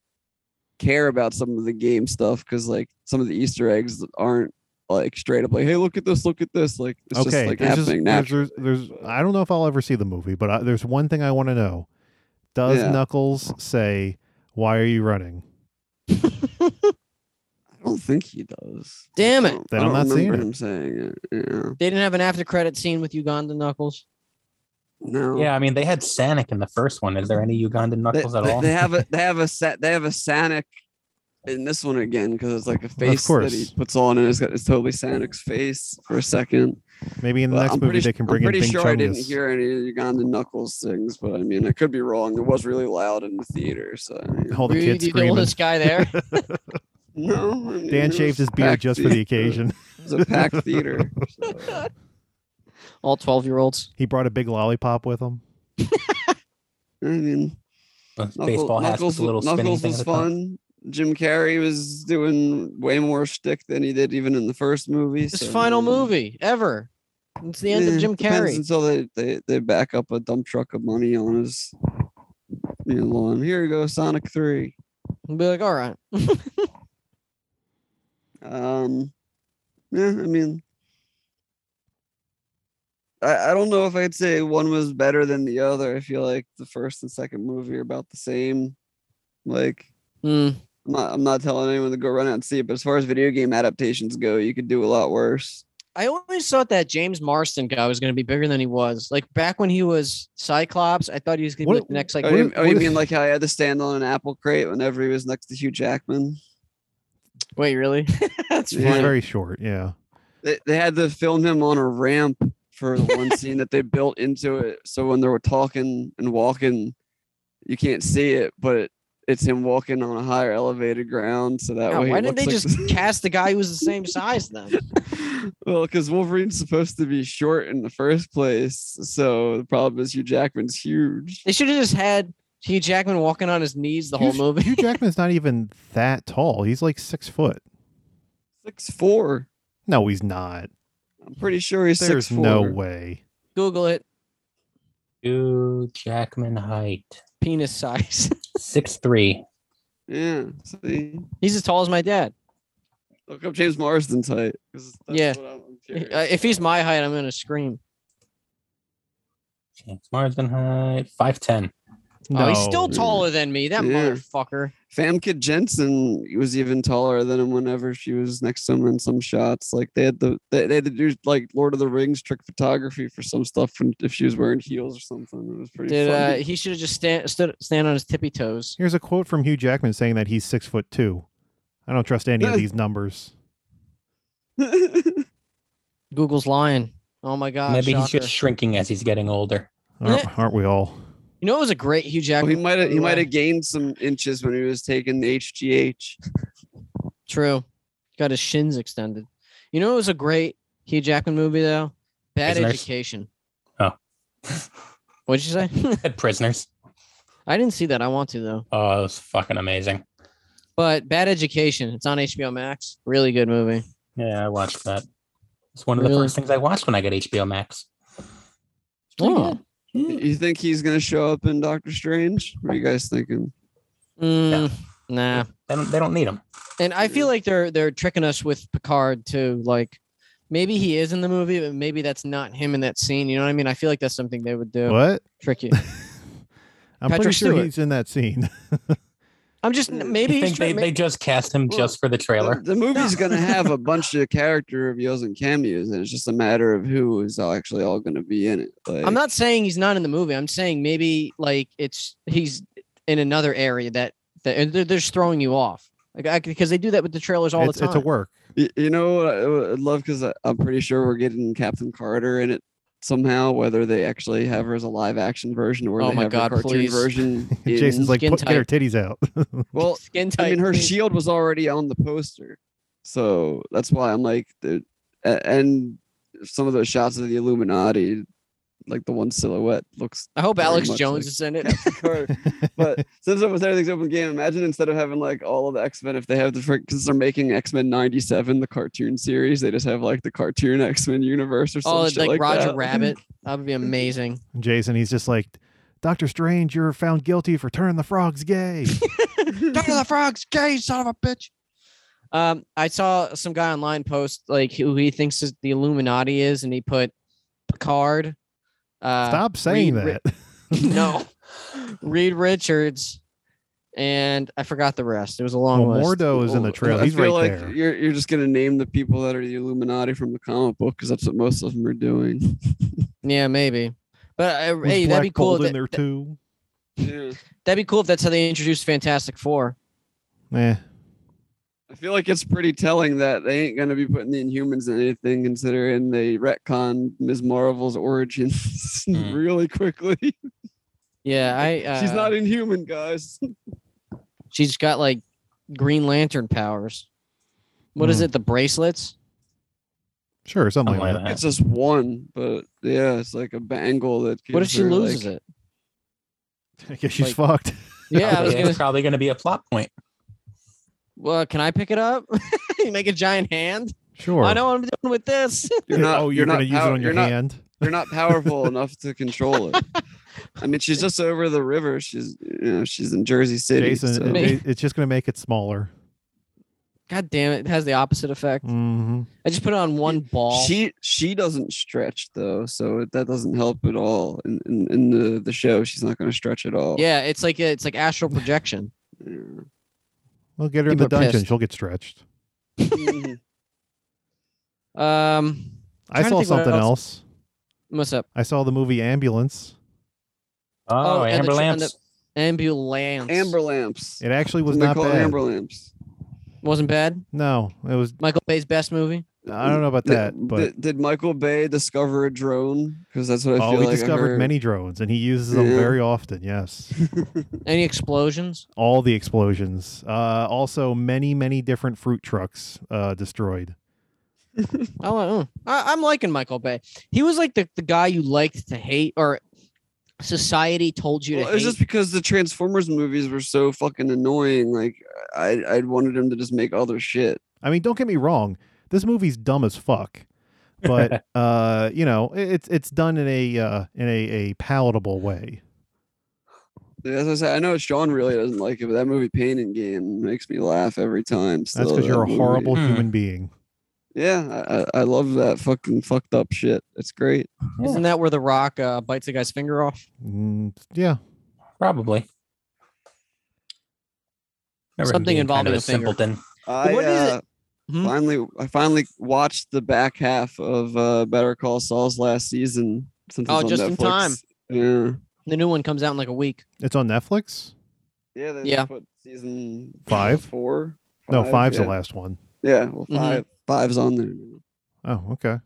Speaker 6: care about some of the game stuff because like some of the Easter eggs aren't like straight up like hey look at this look at this like it's
Speaker 5: okay.
Speaker 6: just like
Speaker 5: there's, just-
Speaker 6: happening
Speaker 5: there's,
Speaker 6: naturally.
Speaker 5: there's, there's- I don't know if I'll ever see the movie, but I, there's one thing I want to know. Does
Speaker 6: Yeah.
Speaker 5: Knuckles say, "Why are you running"?
Speaker 6: I don't think he does.
Speaker 4: Damn
Speaker 6: I
Speaker 4: it.
Speaker 6: don't-
Speaker 5: Then
Speaker 6: I
Speaker 5: I'm
Speaker 6: don't
Speaker 5: not seeing
Speaker 6: remember him saying it. Yeah.
Speaker 4: They didn't have an after credit scene with Uganda Knuckles.
Speaker 6: No.
Speaker 7: Yeah, I mean they had Sanic in the first one. Is there any Ugandan
Speaker 6: They,
Speaker 7: knuckles at
Speaker 6: they-
Speaker 7: all?
Speaker 6: they have a they have a set they have a Sanic in this one again because it's like a face that he
Speaker 5: course.
Speaker 6: puts on and it's got it's totally Sanic's face for a second.
Speaker 5: Maybe in the
Speaker 6: But
Speaker 5: next
Speaker 6: I'm
Speaker 5: movie
Speaker 6: pretty,
Speaker 5: they
Speaker 6: su-
Speaker 5: can
Speaker 6: I'm
Speaker 5: bring in
Speaker 6: pretty
Speaker 5: Bing
Speaker 6: sure I didn't
Speaker 5: Chungus.
Speaker 6: hear any Ugandan Knuckles things, but I mean I could be wrong. It was really loud in the theater, so I mean,
Speaker 5: All
Speaker 4: Were
Speaker 5: the
Speaker 4: you
Speaker 5: kids
Speaker 4: the
Speaker 5: screaming.
Speaker 4: oldest guy there?
Speaker 6: no. I mean,
Speaker 5: Dan
Speaker 6: it was
Speaker 5: shaved his beard
Speaker 6: packed
Speaker 5: just for the
Speaker 6: theater.
Speaker 5: occasion.
Speaker 6: It was a packed theater. so.
Speaker 4: All 12 year olds.
Speaker 5: He brought a big lollipop with him.
Speaker 6: I mean,
Speaker 7: Those
Speaker 6: Knuckle-
Speaker 7: baseball hats with
Speaker 6: Knuckles,
Speaker 7: the little spinning
Speaker 6: Knuckles
Speaker 7: thing.
Speaker 6: was
Speaker 7: at the top.
Speaker 6: fun. Jim Carrey was doing way more shtick than he did even in the first movie.
Speaker 4: His
Speaker 6: so, I
Speaker 4: final
Speaker 6: mean,
Speaker 4: movie ever. It's the end
Speaker 6: eh,
Speaker 4: of Jim
Speaker 6: depends
Speaker 4: Carrey.
Speaker 6: Until they, they, they back up a dump truck of money on his you know, lawn. Here you go, Sonic 3.
Speaker 4: And be like, all right.
Speaker 6: Um, yeah, I mean, I, I don't know if I'd say one was better than the other. I feel like the first and second movie are about the same. Like,
Speaker 4: Hmm.
Speaker 6: I'm not, I'm not telling anyone to go run out and see it, but as far as video game adaptations go, you could do a lot worse.
Speaker 4: I always thought that James Marston guy was going to be bigger than he was. Like back when he was Cyclops, I thought he was going to be
Speaker 5: What-
Speaker 4: like the next like.
Speaker 6: oh, you,
Speaker 5: what-
Speaker 6: oh, you
Speaker 5: what-
Speaker 6: mean like how he had to stand on an apple crate whenever he was next to Hugh Jackman?
Speaker 4: Wait, really? That's
Speaker 5: He's
Speaker 6: Yeah.
Speaker 4: funny.
Speaker 5: very short. Yeah.
Speaker 6: They, they had to film him on a ramp for the one scene that they built into it. So when they were talking and walking, you can't see it, but it's him walking on a higher elevated ground, so that
Speaker 4: God,
Speaker 6: way. Oh, he
Speaker 4: why didn't they
Speaker 6: looks
Speaker 4: just
Speaker 6: like-
Speaker 4: cast the guy who was the same size then?
Speaker 6: well, because Wolverine's supposed to be short in the first place, so the problem is Hugh Jackman's huge.
Speaker 4: They should have just had Hugh Jackman walking on his knees the whole
Speaker 5: Hugh-
Speaker 4: movie.
Speaker 5: Hugh Jackman's not even that tall. He's like six foot.
Speaker 6: Six four.
Speaker 5: No, he's not.
Speaker 6: I'm pretty sure he's
Speaker 5: There's
Speaker 6: six four.
Speaker 5: no way.
Speaker 4: Google it.
Speaker 7: Hugh Jackman height
Speaker 4: Penis size.
Speaker 7: six three.
Speaker 6: Yeah. See,
Speaker 4: He's as tall as my dad.
Speaker 6: look up James Marsden's height. 'cause that's
Speaker 4: Yeah.
Speaker 6: what I'm- I'm curious
Speaker 4: Uh, If he's my height, I'm gonna scream.
Speaker 7: James Marsden height five ten.
Speaker 5: No,
Speaker 4: Oh, he's still taller than me. That
Speaker 6: Yeah.
Speaker 4: motherfucker.
Speaker 6: Famke Jensen was even taller than him whenever she was next to him in some shots. Like they had the they, they had to do like Lord of the Rings trick photography for some stuff when, if she was wearing heels or something. It was pretty
Speaker 4: Did uh,
Speaker 6: funny.
Speaker 4: he should have just stand stood stand on his tippy toes?
Speaker 5: Here's a quote from Hugh Jackman saying that he's six foot two. I don't trust any of these numbers.
Speaker 4: uh, Google's lying. Oh my
Speaker 6: Ah,
Speaker 4: god.
Speaker 7: Maybe he's
Speaker 4: shocker.
Speaker 7: just shrinking as he's getting older.
Speaker 5: Aren't, aren't we all?
Speaker 4: You know, it was a great Hugh
Speaker 6: Well,
Speaker 4: Jackman.
Speaker 6: he might have he
Speaker 4: uh,
Speaker 6: might have gained some inches when he was taking the HGH.
Speaker 4: True. Got his shins extended. You know, it was a great Hugh Jackman movie though. Bad
Speaker 7: Prisoners?
Speaker 4: Education.
Speaker 7: Oh.
Speaker 4: What'd you say?
Speaker 7: Had prisoners.
Speaker 4: I didn't see that. I want to though.
Speaker 7: Oh, it was fucking amazing.
Speaker 4: But Bad Education, it's on HBO Max. Really good movie.
Speaker 7: Yeah, I watched that. It's one of the
Speaker 4: Really?
Speaker 7: first things I watched when I got HBO Max.
Speaker 4: Oh.
Speaker 6: You think he's gonna show up in Doctor Strange? What are you guys thinking?
Speaker 4: Mm, Nah.
Speaker 7: They don't, they don't need them.
Speaker 4: And I feel like they're they're tricking us with Picard too. Like maybe he is in the movie, but maybe that's not him in that scene. You know what I mean? I feel like that's something they would do.
Speaker 5: What?
Speaker 4: Trick you.
Speaker 5: I'm
Speaker 4: Patrick
Speaker 5: pretty sure
Speaker 4: Stewart.
Speaker 5: he's in that scene.
Speaker 4: I'm just maybe
Speaker 7: You
Speaker 4: he's
Speaker 7: think they,
Speaker 4: trying.
Speaker 7: they just cast him
Speaker 6: Well,
Speaker 7: just for the
Speaker 6: The,
Speaker 7: trailer.
Speaker 6: the movie's gonna have a bunch of character reveals and cameos, and it's just a matter of who is actually all gonna be in it. Like,
Speaker 4: I'm not saying he's not in the movie. I'm saying maybe like it's he's in another area that that and they're, they're just throwing you off. Like I, because they do that with the trailers all
Speaker 5: it's,
Speaker 4: the time.
Speaker 5: it's a work.
Speaker 6: Y- You know what I would love because I'm pretty sure we're getting Captain Carter in it somehow. Whether they actually have her as a live action version or
Speaker 4: Oh
Speaker 6: they
Speaker 4: my
Speaker 6: have
Speaker 4: God,
Speaker 6: a cartoon
Speaker 4: please.
Speaker 6: version. in-
Speaker 5: Jason's like,
Speaker 4: Skin
Speaker 5: put, get her
Speaker 4: tight.
Speaker 5: titties out.
Speaker 6: well,
Speaker 4: Skin tight.
Speaker 6: I mean, her
Speaker 4: please.
Speaker 6: shield was already on the poster, so that's why I'm like, the- a- and some of those shots of the Illuminati, like the one silhouette, looks
Speaker 4: I hope
Speaker 6: very
Speaker 4: Alex
Speaker 6: much
Speaker 4: Jones
Speaker 6: like-
Speaker 4: is in it.
Speaker 6: Captain Carter. but since it was everything's open game, imagine instead of having like all of the X Men, if they have the because they're making X Men '97 the cartoon series, they just have like the cartoon X Men universe or something.
Speaker 4: Oh, like, Roger
Speaker 6: that.
Speaker 4: Rabbit. That would be amazing.
Speaker 5: Jason, he's just like, Doctor Strange, you're found guilty for turning the frogs gay.
Speaker 4: Donald the Frog's gay, son of a bitch. Um, I saw some guy online post like who he thinks is the Illuminati is, and he put Picard. Uh,
Speaker 5: Stop saying
Speaker 4: Reed Ri-
Speaker 5: that.
Speaker 4: no, Reed Richards, and I forgot the rest. It was a long
Speaker 5: well,
Speaker 4: list.
Speaker 5: Mordo is in
Speaker 6: Well,
Speaker 5: the trailer.
Speaker 6: I
Speaker 5: He's
Speaker 6: feel
Speaker 5: right
Speaker 6: like
Speaker 5: there.
Speaker 6: you're you're just gonna name the people that are the Illuminati from the comic book because that's what most of them are doing.
Speaker 4: Yeah, maybe. But uh,
Speaker 5: Was
Speaker 4: hey, that'd be
Speaker 5: Black
Speaker 4: cool.
Speaker 5: Bolt
Speaker 4: if
Speaker 5: in
Speaker 4: that-
Speaker 5: there too.
Speaker 6: Yeah.
Speaker 4: that'd be cool if that's how they introduced Fantastic Four.
Speaker 5: Eh,
Speaker 6: I feel like it's pretty telling that they ain't gonna be putting the Inhumans in anything, considering they retcon Ms. Marvel's origins
Speaker 7: Mm.
Speaker 6: really quickly.
Speaker 4: Yeah, I. Uh,
Speaker 6: She's not Inhuman, guys.
Speaker 4: She's got like Green Lantern powers. What is
Speaker 5: Hmm.
Speaker 4: it? The bracelets.
Speaker 5: sure, something,
Speaker 7: Something
Speaker 5: like
Speaker 7: like
Speaker 5: that.
Speaker 7: that.
Speaker 6: It's just one, but yeah, it's like a bangle that.
Speaker 4: What if
Speaker 6: gives
Speaker 4: she
Speaker 6: her,
Speaker 4: loses
Speaker 6: like-
Speaker 4: it?
Speaker 5: I guess she's
Speaker 4: Like-
Speaker 5: fucked.
Speaker 4: Yeah, I was
Speaker 7: Probably-
Speaker 4: gonna.
Speaker 7: it's probably going to be a plot point.
Speaker 4: Well, can I pick it up? you make a giant hand.
Speaker 5: Sure.
Speaker 4: I know what I'm doing with this.
Speaker 6: You're not.
Speaker 5: oh, you're,
Speaker 6: not
Speaker 5: gonna use
Speaker 6: pow-
Speaker 5: it on your
Speaker 6: you're not-
Speaker 5: hand.
Speaker 6: you're not powerful enough to control it. I mean, she's just over the river. She's you know she's in Jersey City.
Speaker 5: Jason,
Speaker 6: so-
Speaker 5: it-
Speaker 4: Maybe.
Speaker 5: it- it's just gonna make it smaller.
Speaker 4: God damn it! It has the opposite effect.
Speaker 5: hmm
Speaker 4: I just put it on one ball.
Speaker 6: Mm. she she doesn't stretch though, so it- that doesn't help at all. In in, in the the show, she's not going to stretch at all.
Speaker 4: yeah, it's like it's like astral projection.
Speaker 5: We'll get her in the
Speaker 4: People are
Speaker 5: dungeon.
Speaker 4: pissed.
Speaker 5: She'll get stretched.
Speaker 6: Yeah.
Speaker 4: Um, Trying
Speaker 5: I
Speaker 4: to
Speaker 5: saw
Speaker 4: think what
Speaker 5: something else.
Speaker 4: else- what's up?
Speaker 5: I saw the movie Ambulance.
Speaker 7: Oh,
Speaker 4: and the
Speaker 7: Amber
Speaker 4: tr- and
Speaker 7: Lamps.
Speaker 4: Ambulance.
Speaker 6: Amber lamps.
Speaker 5: It actually was
Speaker 6: They
Speaker 5: not
Speaker 6: call it
Speaker 5: bad.
Speaker 6: amber lamps.
Speaker 4: wasn't bad.
Speaker 5: No, it was
Speaker 4: Michael Bay's best movie.
Speaker 5: I don't know about
Speaker 6: Did-
Speaker 5: that, but
Speaker 6: did, did Michael Bay discover a drone? Because that's what I
Speaker 5: oh,
Speaker 6: feel
Speaker 5: he
Speaker 6: like. I
Speaker 5: discovered
Speaker 6: heard.
Speaker 5: many drones, and he uses them
Speaker 6: Yeah.
Speaker 5: very often. Yes,
Speaker 4: Any explosions?
Speaker 5: all the explosions. Uh, also, many many different fruit trucks uh, destroyed.
Speaker 4: I, li- mm. I, I'm liking Michael Bay. He was like the, the guy you liked to hate, or society told you to
Speaker 6: Well,
Speaker 4: hate.
Speaker 6: it's just because the Transformers movies were so fucking annoying. Like I, I wanted him to just make other shit.
Speaker 5: I mean, don't get me wrong. This movie's dumb as fuck, but uh, you know, i- it's it's done in a uh, in a, a palatable way.
Speaker 6: As I said, I know Sean really doesn't like it, but that movie Pain and Gain makes me laugh every time.
Speaker 5: That's
Speaker 6: still,
Speaker 5: because
Speaker 6: that
Speaker 5: you're a
Speaker 6: movie.
Speaker 5: horrible
Speaker 7: Hmm.
Speaker 5: human being.
Speaker 6: Yeah, I- I, I love that fucking fucked up shit. It's great.
Speaker 4: Isn't that where The Rock uh, bites the guy's finger off?
Speaker 5: Mm, yeah,
Speaker 7: Probably. Remember him
Speaker 4: Something
Speaker 7: being
Speaker 4: involving
Speaker 7: kind
Speaker 4: a
Speaker 7: of
Speaker 4: finger.
Speaker 7: simpleton.
Speaker 6: I
Speaker 4: what is it-
Speaker 6: uh,
Speaker 4: Hmm?
Speaker 6: finally, I finally watched the back half of uh, Better Call Saul's last season. Since
Speaker 4: Oh,
Speaker 6: it's on
Speaker 4: just in
Speaker 6: Netflix.
Speaker 4: time.
Speaker 6: Yeah.
Speaker 4: The new one comes out in like a week.
Speaker 5: it's on Netflix.
Speaker 6: Yeah, they
Speaker 4: Yeah.
Speaker 6: put season
Speaker 5: Five?
Speaker 6: four.
Speaker 5: No, five's
Speaker 6: yeah.
Speaker 5: the last one.
Speaker 6: Yeah, well,
Speaker 4: Mhm.
Speaker 6: 5 five's on there. now.
Speaker 5: Oh, okay.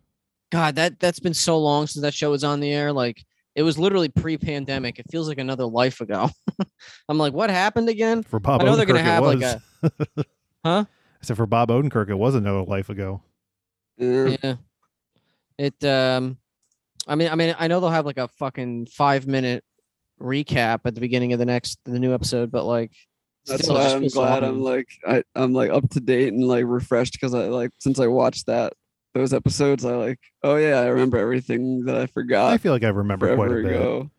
Speaker 4: God, that that's been so long since that show was on the air. Like it was literally pre-pandemic. It feels like another life ago. I'm like, what happened again?
Speaker 5: For Bob,
Speaker 4: I know they're
Speaker 5: Odenkirk,
Speaker 4: gonna
Speaker 5: it
Speaker 4: have
Speaker 5: was.
Speaker 4: like a Huh?
Speaker 5: I said for Bob Odenkirk, it was another life ago.
Speaker 6: Yeah.
Speaker 4: yeah. It um, I mean, I mean, I know they'll have like a fucking five-minute recap at the beginning of the next the new episode, but like,
Speaker 6: That's
Speaker 4: still, it
Speaker 6: why
Speaker 4: just
Speaker 6: I'm
Speaker 4: feels
Speaker 6: glad
Speaker 4: long.
Speaker 6: I'm like I, I'm like up to date and like refreshed because I like since I watched that those episodes I like oh yeah I remember everything that I forgot
Speaker 5: I feel like I remember quite
Speaker 6: Uh, forever
Speaker 5: a bit.
Speaker 6: ago.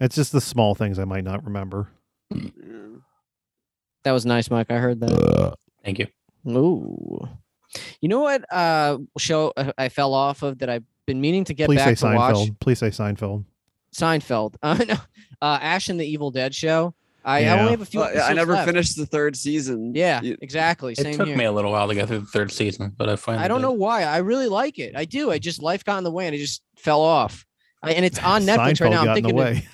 Speaker 5: It's just the small things I might not remember.
Speaker 6: Yeah.
Speaker 4: That was nice, Mike. I heard that.
Speaker 7: Thank you.
Speaker 4: Ooh. You know what uh show I I fell off of that I've been meaning to get
Speaker 5: Please say
Speaker 4: back to watch?
Speaker 5: Seinfeld. Please say Seinfeld.
Speaker 4: Seinfeld. Uh, no, uh, Ash and the Evil Dead show. I, I
Speaker 5: Yeah.
Speaker 4: only have a few.
Speaker 6: Uh, yeah, I
Speaker 4: episodes
Speaker 6: never
Speaker 4: left.
Speaker 6: finished the third season.
Speaker 4: Yeah,
Speaker 6: You-
Speaker 4: exactly.
Speaker 7: it
Speaker 4: Same
Speaker 7: took
Speaker 4: here.
Speaker 7: me a little while to get through the third season, but I finally
Speaker 4: I don't
Speaker 7: did.
Speaker 4: know why. I really like it. I do. I just life got in the way and it just fell off. I, and it's on Netflix
Speaker 5: Seinfeld
Speaker 4: right now. I'm
Speaker 5: got in
Speaker 4: thinking.
Speaker 5: the
Speaker 4: of-
Speaker 5: way.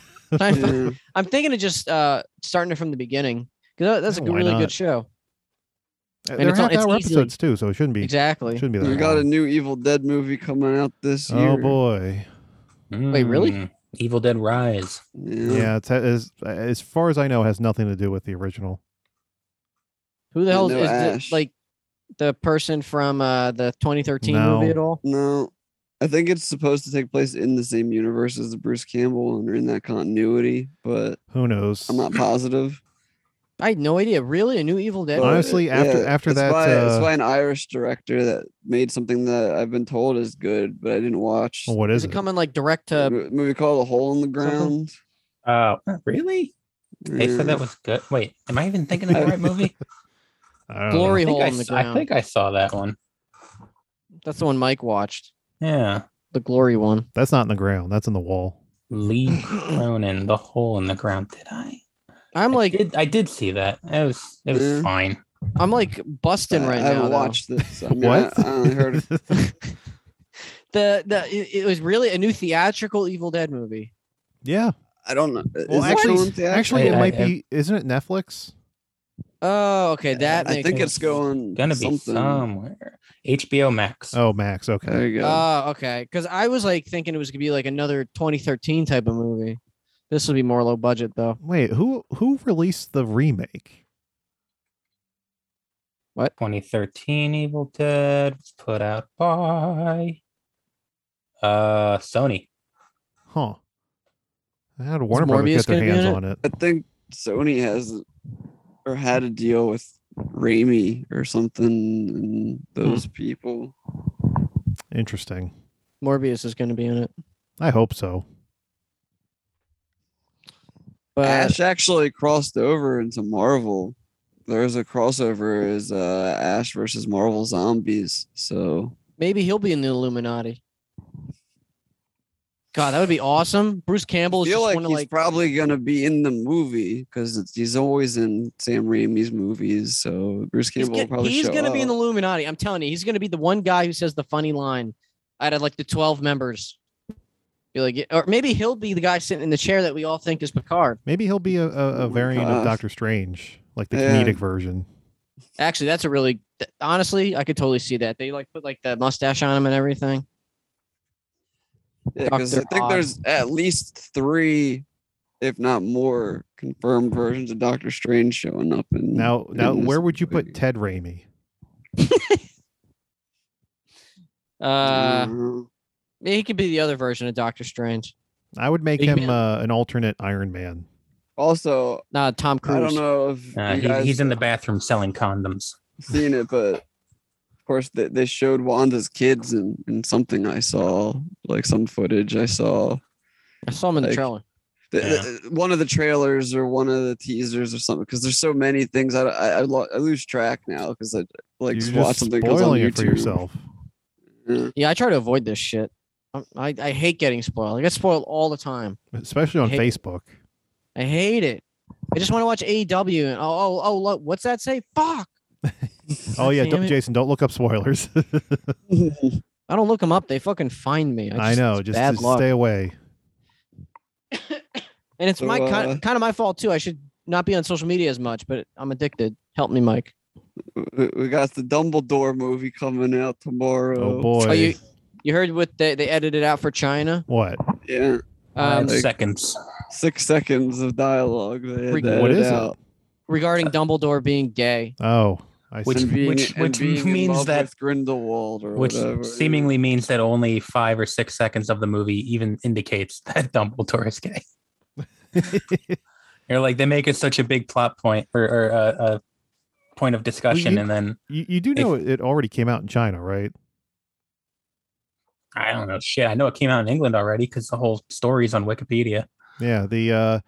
Speaker 4: Seinfeld-
Speaker 6: yeah.
Speaker 4: I'm thinking of just uh starting it from the beginning because that's a
Speaker 5: Yeah,
Speaker 4: good,
Speaker 5: Oh, why
Speaker 4: really
Speaker 5: not?
Speaker 4: good show.
Speaker 5: They're
Speaker 4: it's on-
Speaker 5: half hour
Speaker 4: it's easily-
Speaker 5: episodes too, so it shouldn't be
Speaker 4: Exactly.
Speaker 5: shouldn't be that.
Speaker 6: we got a
Speaker 5: long.
Speaker 6: new Evil Dead movie coming out this year.
Speaker 5: Oh boy.
Speaker 4: Wait, really?
Speaker 7: Mm, Evil Dead Rise.
Speaker 6: Yeah.
Speaker 5: Yeah, it's, as as far as I know, it has nothing to do with the original.
Speaker 4: Who the
Speaker 6: Yeah,
Speaker 4: hell
Speaker 6: no
Speaker 4: is the-
Speaker 6: Ash.
Speaker 4: like the person from uh the 2013 movie
Speaker 5: No.
Speaker 4: at all?
Speaker 6: No, I think it's supposed to take place in the same universe as the Bruce Campbell and in that continuity, but
Speaker 5: Who knows?
Speaker 6: I'm not positive.
Speaker 4: I had no idea. Really, a new Evil Dead?
Speaker 6: But,
Speaker 4: movie?
Speaker 5: Honestly, after- after
Speaker 6: it's
Speaker 5: that,
Speaker 6: by,
Speaker 5: uh,
Speaker 6: it's by an Irish director that made something that I've been told is good, but I didn't watch.
Speaker 5: Well, what is,
Speaker 4: is it
Speaker 5: it?
Speaker 4: coming like direct to?
Speaker 6: A mo- movie called A Hole in the Ground.
Speaker 7: Oh, really? They
Speaker 6: Yeah.
Speaker 7: said that was good. Wait, am I even thinking of the right movie?
Speaker 5: I don't know.
Speaker 4: Glory
Speaker 7: I think
Speaker 4: hole
Speaker 7: I
Speaker 4: in the
Speaker 7: s- I
Speaker 4: ground.
Speaker 7: think I saw that one.
Speaker 4: That's the one Mike watched.
Speaker 7: Yeah.
Speaker 4: The glory one.
Speaker 5: That's not in the ground. That's in the wall.
Speaker 7: Lee Cronin, the hole in the ground. Did I?
Speaker 4: I'm
Speaker 7: I
Speaker 4: like
Speaker 7: did, I did see that. It was it was
Speaker 6: Yeah.
Speaker 7: fine.
Speaker 4: I'm like busting
Speaker 6: I-
Speaker 4: right
Speaker 6: I
Speaker 4: now.
Speaker 6: haven't
Speaker 4: though.
Speaker 6: watched this. I mean,
Speaker 5: What?
Speaker 6: I, I only heard of-
Speaker 4: The the it, it was really a new theatrical Evil Dead movie.
Speaker 5: yeah.
Speaker 6: I don't know. Is
Speaker 5: Well,
Speaker 6: it
Speaker 5: actually,
Speaker 6: going to
Speaker 5: actually, uh, it
Speaker 7: I-
Speaker 5: might
Speaker 7: I-
Speaker 5: be. Isn't it Netflix?
Speaker 4: Oh, okay, that
Speaker 6: I
Speaker 4: makes
Speaker 6: think
Speaker 4: sense.
Speaker 6: it's going
Speaker 7: Gonna be
Speaker 6: something.
Speaker 7: somewhere. HBO Max.
Speaker 5: Oh, Max. Okay.
Speaker 6: There you go.
Speaker 4: Oh, okay. Because I was like thinking it was gonna be like another 2013 type of movie. This will be more low budget though.
Speaker 5: Wait, who who released the remake?
Speaker 7: 2013 Evil Dead was put out by uh Sony.
Speaker 5: Huh. How did Warner Brothers
Speaker 4: Morbius
Speaker 5: get their
Speaker 4: gonna be
Speaker 5: hands
Speaker 4: in it?
Speaker 5: on it?
Speaker 6: I think Sony has or had a deal with Raimi or something and those people.
Speaker 5: Interesting.
Speaker 4: Morbius is gonna be in it.
Speaker 5: I hope so.
Speaker 4: But
Speaker 6: Ash actually crossed over into Marvel. There's a crossover is uh, Ash versus Marvel Zombies. So
Speaker 4: maybe he'll be in the Illuminati. God, that would be awesome. Bruce Campbell
Speaker 6: I
Speaker 4: is
Speaker 6: feel
Speaker 4: just
Speaker 6: like
Speaker 4: one
Speaker 6: he's
Speaker 4: of like
Speaker 6: probably gonna be in the movie because he's always in Sam Raimi's movies. So Bruce
Speaker 4: He's,
Speaker 6: Campbell will
Speaker 4: get-
Speaker 6: probably
Speaker 4: he's
Speaker 6: show
Speaker 4: gonna be in the
Speaker 6: up.
Speaker 4: Illuminati. I'm telling you, he's gonna be the one guy who says the funny line out of like the 12 members. Be like, or maybe he'll be the guy sitting in the chair that we all think is Picard.
Speaker 5: Maybe he'll be a, a, a
Speaker 6: Oh my
Speaker 5: variant
Speaker 6: gosh.
Speaker 5: of Doctor Strange, like the
Speaker 6: Yeah.
Speaker 5: comedic version.
Speaker 4: Actually, that's a really th- honestly, I could totally see that. They like put like the mustache on him and everything.
Speaker 6: Yeah, because I
Speaker 4: Dr.
Speaker 6: think
Speaker 4: Oz.
Speaker 6: there's at least three, if not more, confirmed versions of Doctor Strange showing up. And
Speaker 5: Now, now,
Speaker 6: in this
Speaker 5: where would you put
Speaker 6: movie.
Speaker 5: Ted Raimi?
Speaker 6: Mm.
Speaker 4: Uh,
Speaker 6: Uh,
Speaker 4: he could be the other version of Doctor Strange.
Speaker 5: I would make
Speaker 4: Big
Speaker 5: him
Speaker 4: man.
Speaker 5: uh, an alternate Iron Man.
Speaker 6: also,
Speaker 4: Nah, Tom Cruise.
Speaker 6: I don't know if
Speaker 7: Uh,
Speaker 6: you
Speaker 7: he,
Speaker 6: guys
Speaker 7: he's in the bathroom selling condoms.
Speaker 6: seen it, but of course they, they showed Wanda's kids and, and something I saw, like some footage I saw.
Speaker 4: I saw him in the
Speaker 6: Like-
Speaker 4: trailer.
Speaker 6: The- the- one of the trailers or one of the teasers or something, because there's so many things I I, I, lo- I lose track now because I like
Speaker 5: You're
Speaker 6: watch
Speaker 5: just
Speaker 6: something that goes on
Speaker 5: spoiling it for
Speaker 6: YouTube.
Speaker 5: yourself.
Speaker 4: Yeah, I try to avoid this shit. I'm- I, I hate getting spoiled. I get spoiled all the time.
Speaker 5: especially on
Speaker 4: Hey-
Speaker 5: Facebook.
Speaker 4: I hate it. I just want to watch AEW and oh oh oh look, what's that say? Fuck.
Speaker 5: Oh yeah,
Speaker 4: Damn
Speaker 5: don't,
Speaker 4: it.
Speaker 5: Jason, don't look up spoilers.
Speaker 4: I don't look them up. They fucking find me.
Speaker 5: I
Speaker 4: just-
Speaker 5: know,
Speaker 4: it's
Speaker 5: just,
Speaker 4: bad
Speaker 5: just
Speaker 4: luck.
Speaker 5: stay away.
Speaker 4: and it's my
Speaker 6: So,
Speaker 4: kind,
Speaker 6: uh,
Speaker 4: kind of my fault too. I should not be on social media as much, but I'm addicted. Help me, Mike.
Speaker 6: we, we got the Dumbledore movie coming out tomorrow.
Speaker 5: Oh boy,
Speaker 4: Oh, you you heard what they they edited out for China?
Speaker 5: what?
Speaker 6: Yeah,
Speaker 7: Five
Speaker 4: Um,
Speaker 6: Uh, like-
Speaker 7: Uh, seconds.
Speaker 6: six seconds of dialogue. They had
Speaker 4: Freak,
Speaker 6: to
Speaker 5: what
Speaker 6: edit
Speaker 5: is it?
Speaker 6: out.
Speaker 4: regarding Dumbledore being gay.
Speaker 5: Oh, I
Speaker 7: Which-
Speaker 5: see.
Speaker 6: And being,
Speaker 7: which-
Speaker 6: and
Speaker 7: which
Speaker 6: being in
Speaker 7: means
Speaker 6: love
Speaker 7: that-
Speaker 6: with Grindelwald or
Speaker 7: Which
Speaker 6: whatever.
Speaker 7: seemingly means that only five or six seconds of the movie even indicates that Dumbledore is gay. You're like they make it such a big plot point or, or a, a point of discussion,
Speaker 5: you-
Speaker 7: and then
Speaker 5: you, you do
Speaker 7: They-
Speaker 5: know it, it already came out in China, right?
Speaker 7: I don't know shit. I know it came out in England already because the whole story's on Wikipedia.
Speaker 5: Yeah, the. uh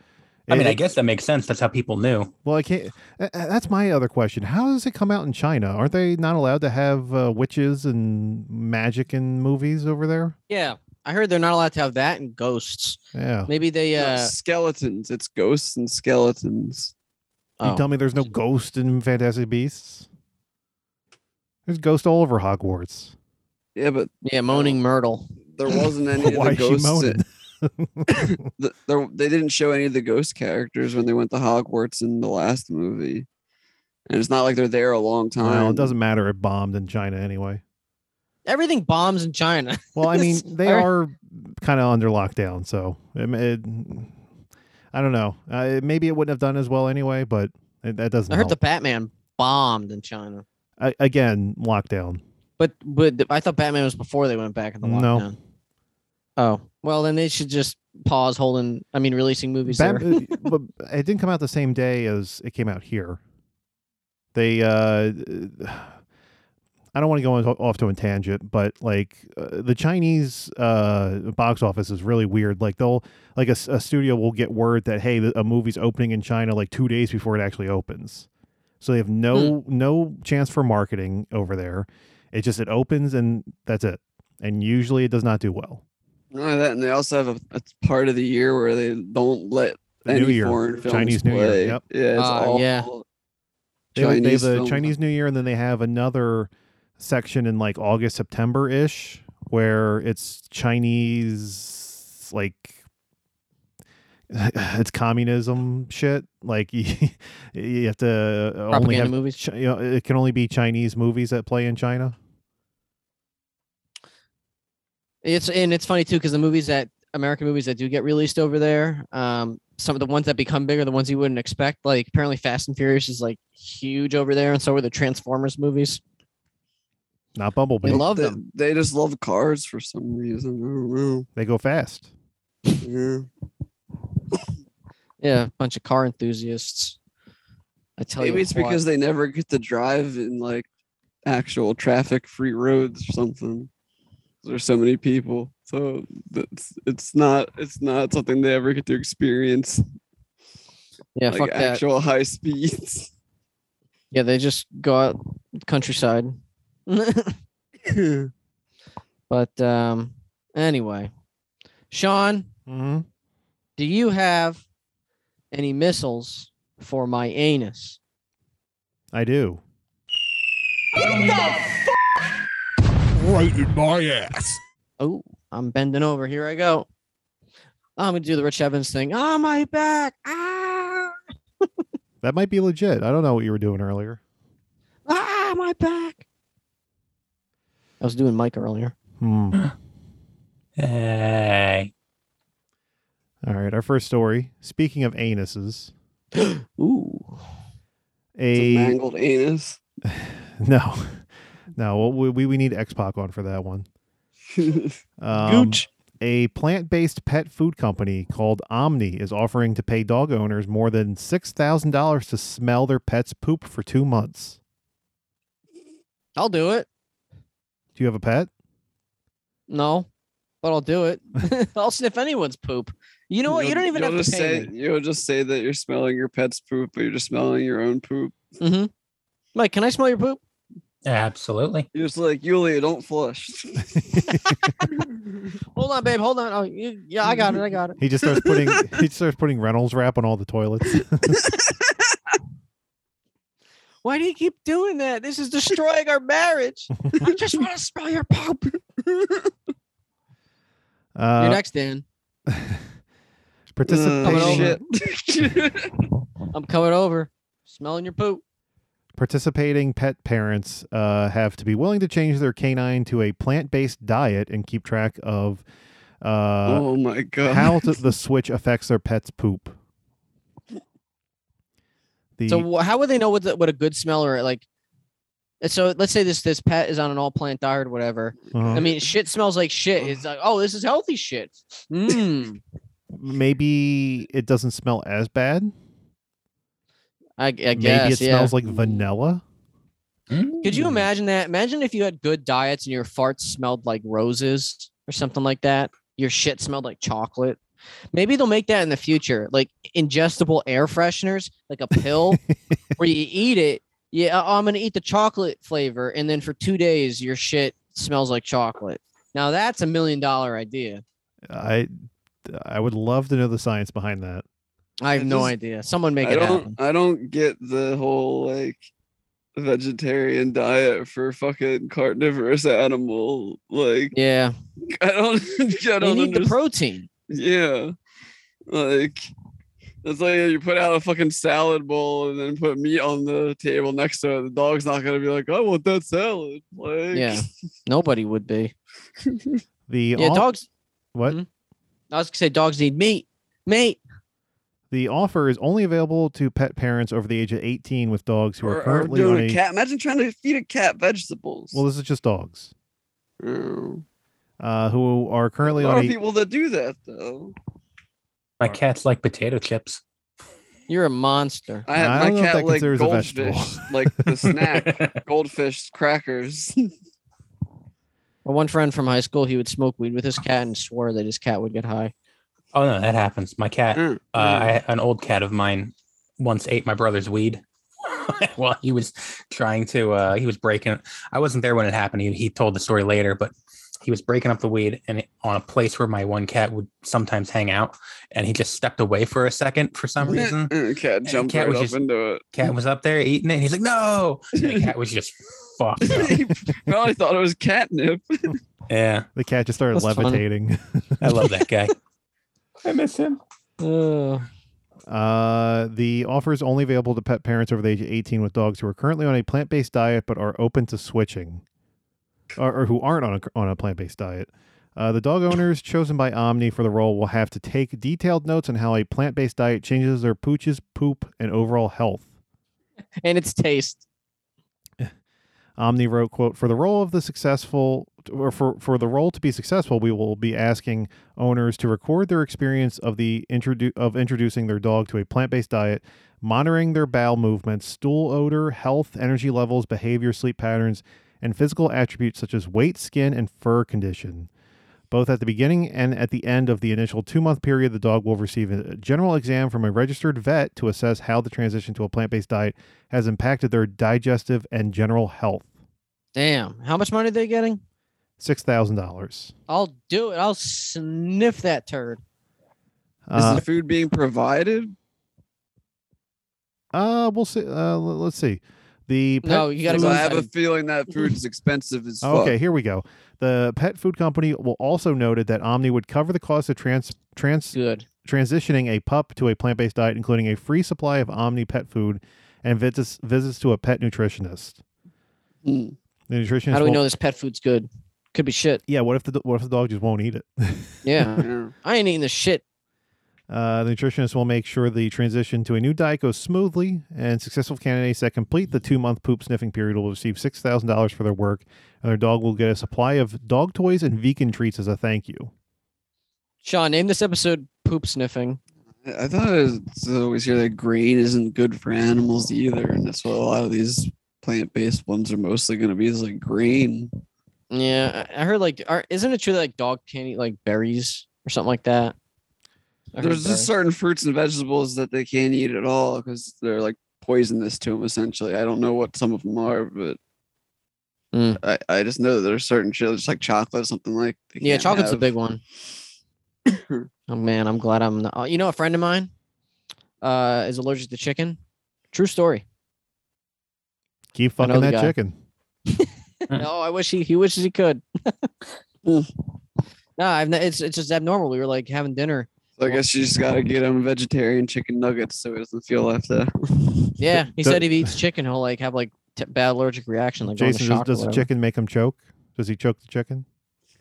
Speaker 7: I mean,
Speaker 5: it-
Speaker 7: I guess that makes sense. That's how people knew.
Speaker 5: Well, I can't. uh, uh, That's my other question. How does it come out in China? Aren't they not allowed to have uh, witches and magic in movies over there?
Speaker 4: Yeah, I heard they're not allowed to have that and ghosts.
Speaker 5: Yeah.
Speaker 4: Maybe they
Speaker 6: No,
Speaker 4: uh
Speaker 6: skeletons. It's ghosts and skeletons.
Speaker 5: You
Speaker 4: oh,
Speaker 5: tell me there's no ghost in Fantastic Beasts? There's ghosts all over Hogwarts.
Speaker 6: Yeah, but
Speaker 4: yeah, moaning Myrtle.
Speaker 6: there wasn't any of
Speaker 5: Why
Speaker 6: the
Speaker 5: is she
Speaker 6: ghosts.
Speaker 5: moaning?
Speaker 6: th- there, they didn't show any of the ghost characters when they went to Hogwarts in the last movie, and it's not like they're there a long time.
Speaker 5: Well, it doesn't matter. It bombed in China anyway.
Speaker 4: Everything bombs in China.
Speaker 5: Well, I mean,
Speaker 4: Yes.
Speaker 5: they
Speaker 4: Or-
Speaker 5: are kind of under lockdown, so it, it, I don't know. Uh, maybe it wouldn't have done as well anyway, but it, that doesn't
Speaker 4: I heard the
Speaker 5: help.
Speaker 4: Batman bombed in China.
Speaker 5: I- again, lockdown.
Speaker 4: But but th- I thought Batman was before they went back in the
Speaker 5: No.
Speaker 4: lockdown. Oh well, then they should just pause holding. I mean, releasing movies there.
Speaker 5: Bat- uh, but it didn't come out the same day as it came out here. They, uh, I don't want to go on- off to a tangent, but like uh, the Chinese uh, box office is really weird. Like they'll, like a, s- a studio will get word that hey, the- a movie's opening in China like two days before it actually opens, so they have no no chance for marketing over there. It just it opens and that's it, and usually it does not do well.
Speaker 6: Not only that, and they also have a, a part of the year where they don't let
Speaker 5: The
Speaker 6: any
Speaker 5: New Year,
Speaker 6: foreign films
Speaker 5: Chinese New Year,
Speaker 6: play.
Speaker 5: yep.
Speaker 6: Yeah, it's
Speaker 4: Ah,
Speaker 6: all
Speaker 4: yeah.
Speaker 5: They, have- they have
Speaker 6: Chinese
Speaker 5: the
Speaker 6: film.
Speaker 5: Chinese New Year, and then they have another section in like August, September ish, where it's Chinese, like it's communism shit. Like you, you have to only
Speaker 4: Propaganda
Speaker 5: have
Speaker 4: movies.
Speaker 5: Chi- you know, it can only be Chinese movies that play in China.
Speaker 4: It's and it's funny too because the movies that American movies that do get released over there, um, some of the ones that become big are the ones you wouldn't expect. Like apparently, Fast and Furious is like huge over there, and so were the Transformers movies.
Speaker 5: Not Bumblebee.
Speaker 4: They
Speaker 5: They,
Speaker 4: love
Speaker 6: They,
Speaker 4: them.
Speaker 6: they just love cars for some reason. I don't know.
Speaker 5: go fast.
Speaker 6: Yeah.
Speaker 4: Yeah, a bunch of car enthusiasts. I tell you,
Speaker 6: Maybe it's
Speaker 4: what.
Speaker 6: because they never get to drive in like actual traffic-free roads or something. There's so many people, so that's it's not it's not something they ever get to experience
Speaker 4: yeah,
Speaker 6: like
Speaker 4: fuck that.
Speaker 6: actual high speeds.
Speaker 4: Yeah, they just go out countryside. but um, anyway, Sean,
Speaker 5: Mm-hmm.
Speaker 4: do you have any missiles for my anus?
Speaker 5: I do.
Speaker 1: Right in my ass.
Speaker 4: Oh, I'm bending over. Here I go. I'm gonna do the Rich Evans thing. Oh my back. Ah!
Speaker 5: That might be legit. I don't know what you were doing earlier.
Speaker 4: got ah, my back. I was doing Mike earlier.
Speaker 5: Hmm.
Speaker 7: Hey.
Speaker 5: All right, our first story. Speaking of anuses,
Speaker 4: Ooh.
Speaker 6: It's a
Speaker 5: a
Speaker 6: mangled anus.
Speaker 5: no, no. well, We we, we need X Pac on for that one. Um,
Speaker 4: Gooch.
Speaker 5: A plant-based pet food company called Omni is offering to pay dog owners more than six thousand dollars to smell their pet's poop for two months.
Speaker 4: I'll do it.
Speaker 5: Do you have a pet?
Speaker 4: No, but I'll do it. I'll sniff anyone's poop. You know what? You
Speaker 6: You'll-
Speaker 4: don't even have
Speaker 6: you'll
Speaker 4: to
Speaker 6: just
Speaker 4: pay
Speaker 6: say
Speaker 4: me.
Speaker 6: you'll just say that you're smelling your pet's poop, but you're just smelling your own poop.
Speaker 4: hmm Mike, can I smell your poop?
Speaker 7: Absolutely.
Speaker 6: You're just like Yulia, don't flush.
Speaker 4: Hold on, babe. Hold on. Oh, you, yeah, I got it. I got it.
Speaker 5: He just starts putting he just starts putting Reynolds wrap on all the toilets.
Speaker 4: Why do you keep doing that? This is destroying our marriage. I just want to smell your poop. You're
Speaker 5: Uh,
Speaker 4: next, Dan.
Speaker 5: participation.
Speaker 4: Coming over.
Speaker 6: Uh, shit.
Speaker 4: I'm coming over. Smelling your poop.
Speaker 5: participating pet parents uh, have to be willing to change their canine to a plant-based diet and keep track of uh,
Speaker 6: oh my god.
Speaker 5: how th- the switch affects their pet's poop. The
Speaker 4: So wh- how would they know what the, what a good smell or like? So let's say this this pet is on an all plant diet or whatever.
Speaker 5: uh,
Speaker 4: I mean, shit smells like shit. It's like, oh, this is healthy shit. Mmm.
Speaker 5: maybe it doesn't smell as bad.
Speaker 4: I, I guess.
Speaker 5: maybe it
Speaker 4: yeah.
Speaker 5: smells like vanilla.
Speaker 4: Could
Speaker 6: Hmm.
Speaker 4: you
Speaker 7: Mm.
Speaker 4: imagine that? Imagine if you had good diets and your farts smelled like roses or something like that. Your shit smelled like chocolate. Maybe they'll make that in the future, like ingestible air fresheners, like a pill where you eat it. Yeah, oh, I'm gonna eat the chocolate flavor, and then for two days your shit smells like chocolate. Now that's a million dollar idea.
Speaker 5: I I would love to know the science behind that.
Speaker 4: I have
Speaker 6: It
Speaker 4: no
Speaker 6: just-
Speaker 4: idea. Someone make
Speaker 6: I
Speaker 4: it
Speaker 6: don't
Speaker 4: happen.
Speaker 6: I don't get the whole like vegetarian diet for fucking carnivorous animal. Like
Speaker 4: Yeah,
Speaker 6: I don't I
Speaker 4: you
Speaker 6: don't
Speaker 4: need the
Speaker 6: understand.
Speaker 4: protein.
Speaker 6: Yeah. Like it's like you put out a fucking salad bowl and then put meat on the table next to it. The dog's not gonna be like, I want that salad. Like
Speaker 4: Yeah, nobody would be.
Speaker 5: The
Speaker 4: Yeah,
Speaker 5: off-
Speaker 4: dogs.
Speaker 5: what?
Speaker 4: Mhm. I was gonna say dogs need meat, mate.
Speaker 5: The offer is only available to pet parents over the age of 18 with dogs who
Speaker 6: Or,
Speaker 5: are
Speaker 6: or
Speaker 5: currently on
Speaker 6: doing
Speaker 5: a
Speaker 6: a cat. Imagine trying to feed a cat vegetables.
Speaker 5: well, this is just dogs
Speaker 6: Oh.
Speaker 5: uh, who are currently
Speaker 6: there are
Speaker 5: on a
Speaker 6: people that do that though.
Speaker 7: My cats like potato chips.
Speaker 4: You're a monster.
Speaker 6: I
Speaker 5: I
Speaker 6: had
Speaker 5: don't
Speaker 6: my
Speaker 5: know if
Speaker 6: cat
Speaker 5: that
Speaker 6: like
Speaker 5: considers a
Speaker 6: goldfish,
Speaker 5: vegetable.
Speaker 6: like the snack, goldfish crackers.
Speaker 4: Well, one friend from high school, he would smoke weed with his cat and swore that his cat would get high.
Speaker 7: Oh no, that happens. My cat, uh,
Speaker 6: Mm,
Speaker 7: I, an old cat of mine, once ate my brother's weed. well, he was trying to. Uh, he was breaking. I wasn't there when it happened. He, he told the story later, but he was breaking up the weed and it- on a place where my one cat would sometimes hang out, and he just stepped away for a second for some reason.
Speaker 6: Mm, cat jumped
Speaker 7: cat was
Speaker 6: right up
Speaker 7: just-
Speaker 6: into
Speaker 7: Cat was up there eating it. And he's like, "No!" And the cat was just fucked.
Speaker 6: it.
Speaker 7: Up.
Speaker 6: he probably thought it was catnip.
Speaker 7: Yeah,
Speaker 5: the cat just started
Speaker 4: That's funny.
Speaker 5: levitating.
Speaker 7: I love that guy. I miss him.
Speaker 4: Uh,
Speaker 5: Uh, the offer is only available to pet parents over the age of 18 with dogs who are currently on a plant-based diet but are open to switching, or, or who aren't on a, on a plant-based diet. Uh, the dog owners chosen by Omni for the role will have to take detailed notes on how a plant-based diet changes their pooch's poop and overall health.
Speaker 4: and its taste.
Speaker 5: Omni wrote, "quote For the role of the successful, or for for the role to be successful, we will be asking owners to record their experience of the introdu- of introducing their dog to a plant based diet, monitoring their bowel movements, stool odor, health, energy levels, behavior, sleep patterns, and physical attributes such as weight, skin, and fur condition." Both at the beginning and at the end of the initial two month period, the dog will receive a general exam from a registered vet to assess how the transition to a plant based diet has impacted their digestive and general health.
Speaker 4: Damn. How much money are they getting?
Speaker 5: Six thousand dollars.
Speaker 4: I'll do it. I'll sniff that turd.
Speaker 6: Is
Speaker 5: Uh,
Speaker 6: the food being provided?
Speaker 5: uh, we'll see. Uh, l- let's see. The pet- Oh,
Speaker 4: No, you got to
Speaker 6: Because
Speaker 4: go.
Speaker 6: I have a
Speaker 4: inside.
Speaker 6: feeling that food is expensive as fuck.
Speaker 5: okay, here we go. The pet food company will also noted that Omni would cover the cost of trans trans
Speaker 4: Good.
Speaker 5: transitioning a pup to a plant based diet, including a free supply of Omni pet food and visits visits to a pet nutritionist.
Speaker 6: Hmm.
Speaker 5: The nutritionist.
Speaker 4: How do we
Speaker 5: won't-
Speaker 4: know this pet food's good? Could be shit.
Speaker 5: Yeah, what if the do- what if the dog just won't eat it?
Speaker 4: Yeah.
Speaker 6: Yeah.
Speaker 4: I ain't eating this shit.
Speaker 5: Uh, the nutritionist will make sure the transition to a new diet goes smoothly, and successful candidates that complete the two month poop sniffing period will receive $6,000 for their work, and their dog will get a supply of dog toys and vegan treats as a thank you.
Speaker 4: Sean, name this episode poop sniffing.
Speaker 6: I I thought it was it's always hear that grain isn't good for animals either, and that's what a lot of these plant-based ones are mostly going to be is like grain.
Speaker 4: Yeah. I I heard like are, isn't it true that like dog can't eat like berries or something like that? I heard
Speaker 6: There's
Speaker 4: berry.
Speaker 6: just certain fruits and vegetables that they can't eat at all because they're like poisonous to them. Essentially, I don't know what some of them are, but
Speaker 4: Mm.
Speaker 6: I, I just know that there's certain shit, just like chocolate, something like they
Speaker 4: Yeah,
Speaker 6: can't
Speaker 4: chocolate's a
Speaker 6: have.
Speaker 4: big one. oh man, I'm glad I'm not. oh, You know, a friend of mine uh, is allergic to chicken. True story.
Speaker 5: Keep
Speaker 4: I know
Speaker 5: fucking
Speaker 4: the
Speaker 5: that
Speaker 4: guy.
Speaker 5: chicken. Hmm.
Speaker 4: No, Oh, I wish he he wishes he could. no, I've not, it's it's just abnormal. We were like having dinner.
Speaker 6: So I guess you just gotta get him vegetarian chicken nuggets so he doesn't feel left out.
Speaker 4: Yeah, he
Speaker 5: the-
Speaker 4: said if he eats chicken, he'll like have like t- bad allergic reaction, like going
Speaker 5: Jason, does,
Speaker 4: to shock
Speaker 5: does
Speaker 4: or
Speaker 5: the
Speaker 4: whatever.
Speaker 5: chicken make him choke? Does he choke the chicken?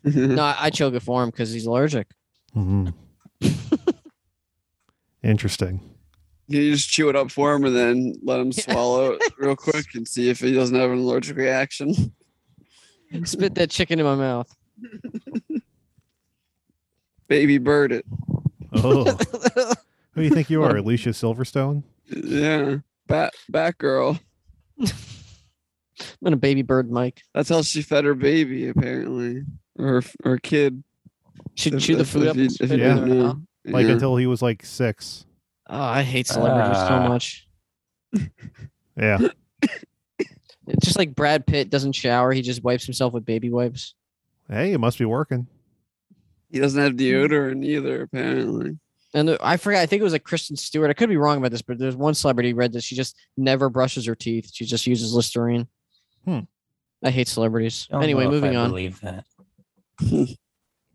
Speaker 4: No, I- I choke it for him because he's allergic.
Speaker 5: Mm-hmm. Interesting.
Speaker 6: You just chew it up for him and then let him
Speaker 4: Yeah.
Speaker 6: swallow it real quick and see if he doesn't have an allergic reaction.
Speaker 4: Spit that chicken in my mouth.
Speaker 6: Baby bird it.
Speaker 5: Oh. Who do you think you are, Alicia Silverstone?
Speaker 6: Yeah. Bat bat girl.
Speaker 4: I'm gonna baby bird Mike.
Speaker 6: That's how she fed her baby, apparently. Or her, her kid.
Speaker 4: Should
Speaker 6: if-
Speaker 4: chew the
Speaker 6: if-
Speaker 4: food
Speaker 6: if
Speaker 4: up.
Speaker 6: you-
Speaker 4: and
Speaker 6: if
Speaker 4: spit
Speaker 6: you
Speaker 4: it in
Speaker 6: didn't
Speaker 4: their
Speaker 6: know.
Speaker 4: mouth.
Speaker 5: Like
Speaker 6: Yeah.
Speaker 5: until he was like six.
Speaker 4: Oh, I hate celebrities so
Speaker 7: Ah.
Speaker 4: much.
Speaker 5: Yeah.
Speaker 4: It's just like Brad Pitt doesn't shower; he just wipes himself with baby wipes.
Speaker 5: hey, it must be working.
Speaker 6: he doesn't have deodorant either, apparently.
Speaker 4: And the- I forgot. I think it was like Kristen Stewart. I could be wrong about this, but there's one celebrity read that she just never brushes her teeth. She just uses Listerine.
Speaker 5: Hmm.
Speaker 4: I hate celebrities.
Speaker 7: Don't
Speaker 4: anyway,
Speaker 7: know if
Speaker 4: moving
Speaker 7: I
Speaker 4: on.
Speaker 7: Believe that.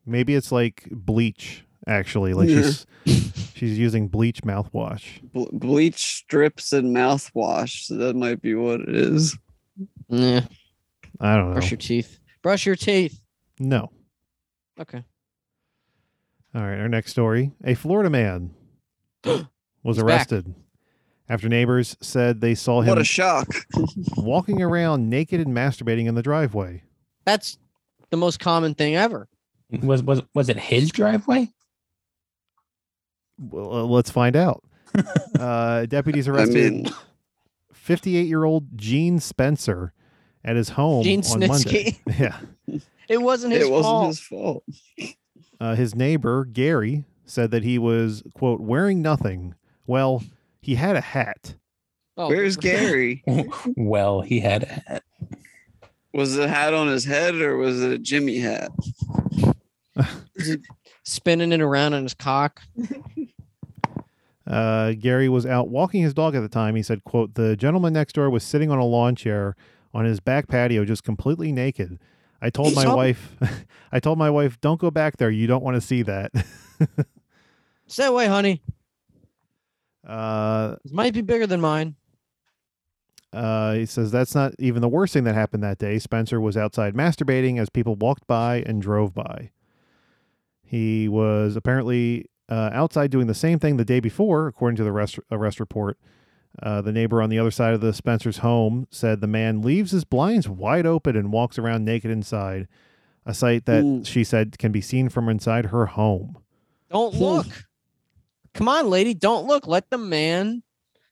Speaker 5: Maybe it's like bleach, actually. Like
Speaker 6: Yeah.
Speaker 5: she's she's using bleach mouthwash.
Speaker 6: Ble- bleach strips and mouthwash. So that might be what it is.
Speaker 4: Yeah,
Speaker 5: I don't know.
Speaker 4: brush your teeth. Brush your teeth.
Speaker 5: No.
Speaker 4: Okay.
Speaker 5: All right. Our next story: A Florida man was
Speaker 4: He's back.
Speaker 5: arrested after neighbors said they saw him
Speaker 6: What a shock.
Speaker 5: walking around naked and masturbating in the driveway.
Speaker 4: That's the most common thing ever.
Speaker 7: Was was was it his driveway?
Speaker 5: Well, uh, let's find out. uh, deputies
Speaker 6: I
Speaker 5: arrested
Speaker 6: mean,
Speaker 5: 58-year-old Gene Spencer at his home
Speaker 4: Gene
Speaker 5: on Monday.
Speaker 4: Snitsky.
Speaker 5: Yeah.
Speaker 4: It wasn't his
Speaker 6: it wasn't
Speaker 4: fault.
Speaker 6: his fault.
Speaker 5: Uh, his neighbor, Gary, said that he was, quote, wearing nothing. Well, he had a hat.
Speaker 4: Oh,
Speaker 6: Where's Gary?
Speaker 7: well, he had a hat.
Speaker 6: Was it a hat on his head or was it a Jimmy hat?
Speaker 4: Spinning it around on his cock.
Speaker 5: Uh, Gary was out walking his dog at the time. He said, quote, the gentleman next door was sitting on a lawn chair on his back patio, just completely naked. I told
Speaker 4: He
Speaker 5: my
Speaker 4: saw-
Speaker 5: wife, I told my wife, don't go back there. You don't want to see that.
Speaker 4: Stay away, honey.
Speaker 5: uh,
Speaker 4: It might be bigger than mine.
Speaker 5: Uh, he says that's not even the worst thing that happened that day. Spencer was outside masturbating as people walked by and drove by. He was apparently uh, outside doing the same thing the day before, according to the arrest, arrest report. Uh, the neighbor on the other side of the Spencer's home said the man leaves his blinds wide open and walks around naked inside, a sight that
Speaker 6: Ooh.
Speaker 5: she said can be seen from inside her home.
Speaker 4: Don't
Speaker 6: Hmm.
Speaker 4: look. Come on, lady. Don't look. Let the man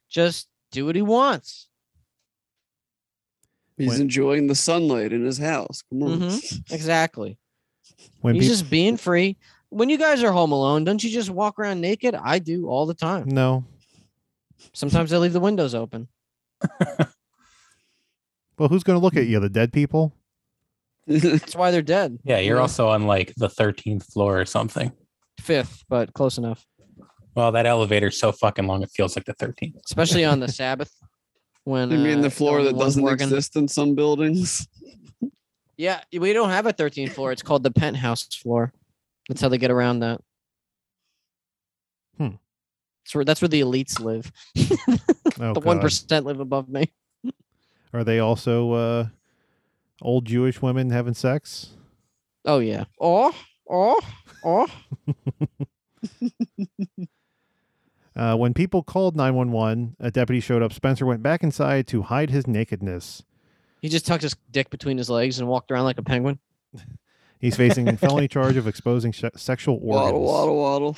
Speaker 4: just do what he wants.
Speaker 6: He's
Speaker 5: When-
Speaker 6: enjoying the sunlight in his house. Come on.
Speaker 4: Exactly.
Speaker 5: When
Speaker 4: He's
Speaker 5: peop-
Speaker 4: just being free. When you guys are home alone, don't you just walk around naked? I do all the time.
Speaker 5: no,
Speaker 4: Sometimes I leave the windows open.
Speaker 5: well, who's going to look at you? The dead people.
Speaker 4: Mm-hmm. That's why they're dead.
Speaker 7: Yeah, you're
Speaker 4: Yeah.
Speaker 7: also on like the 13th floor or something.
Speaker 4: Fifth, but close enough.
Speaker 7: Well, that elevator's so fucking long, it feels like the 13th.
Speaker 4: Especially on the Sabbath. When
Speaker 6: you mean
Speaker 4: uh,
Speaker 6: the floor
Speaker 4: only
Speaker 6: that
Speaker 4: one's
Speaker 6: doesn't
Speaker 4: working.
Speaker 6: exist in some buildings?
Speaker 4: Yeah, we don't have a 13th floor. It's called the penthouse floor. That's how they get around that.
Speaker 5: Hmm.
Speaker 4: That's where, that's where the elites live.
Speaker 5: Oh,
Speaker 4: the one
Speaker 5: God.
Speaker 4: percent live above me.
Speaker 5: Are they also uh, old Jewish women having sex.
Speaker 4: Oh yeah. Oh, oh, oh.
Speaker 5: Uh, when people called 911, a deputy showed up. Spencer went back inside to hide his nakedness.
Speaker 4: He just tucked his dick between his legs and walked around like a penguin.
Speaker 5: He's facing a felony charge of exposing se- sexual organs.
Speaker 6: Waddle, waddle, waddle.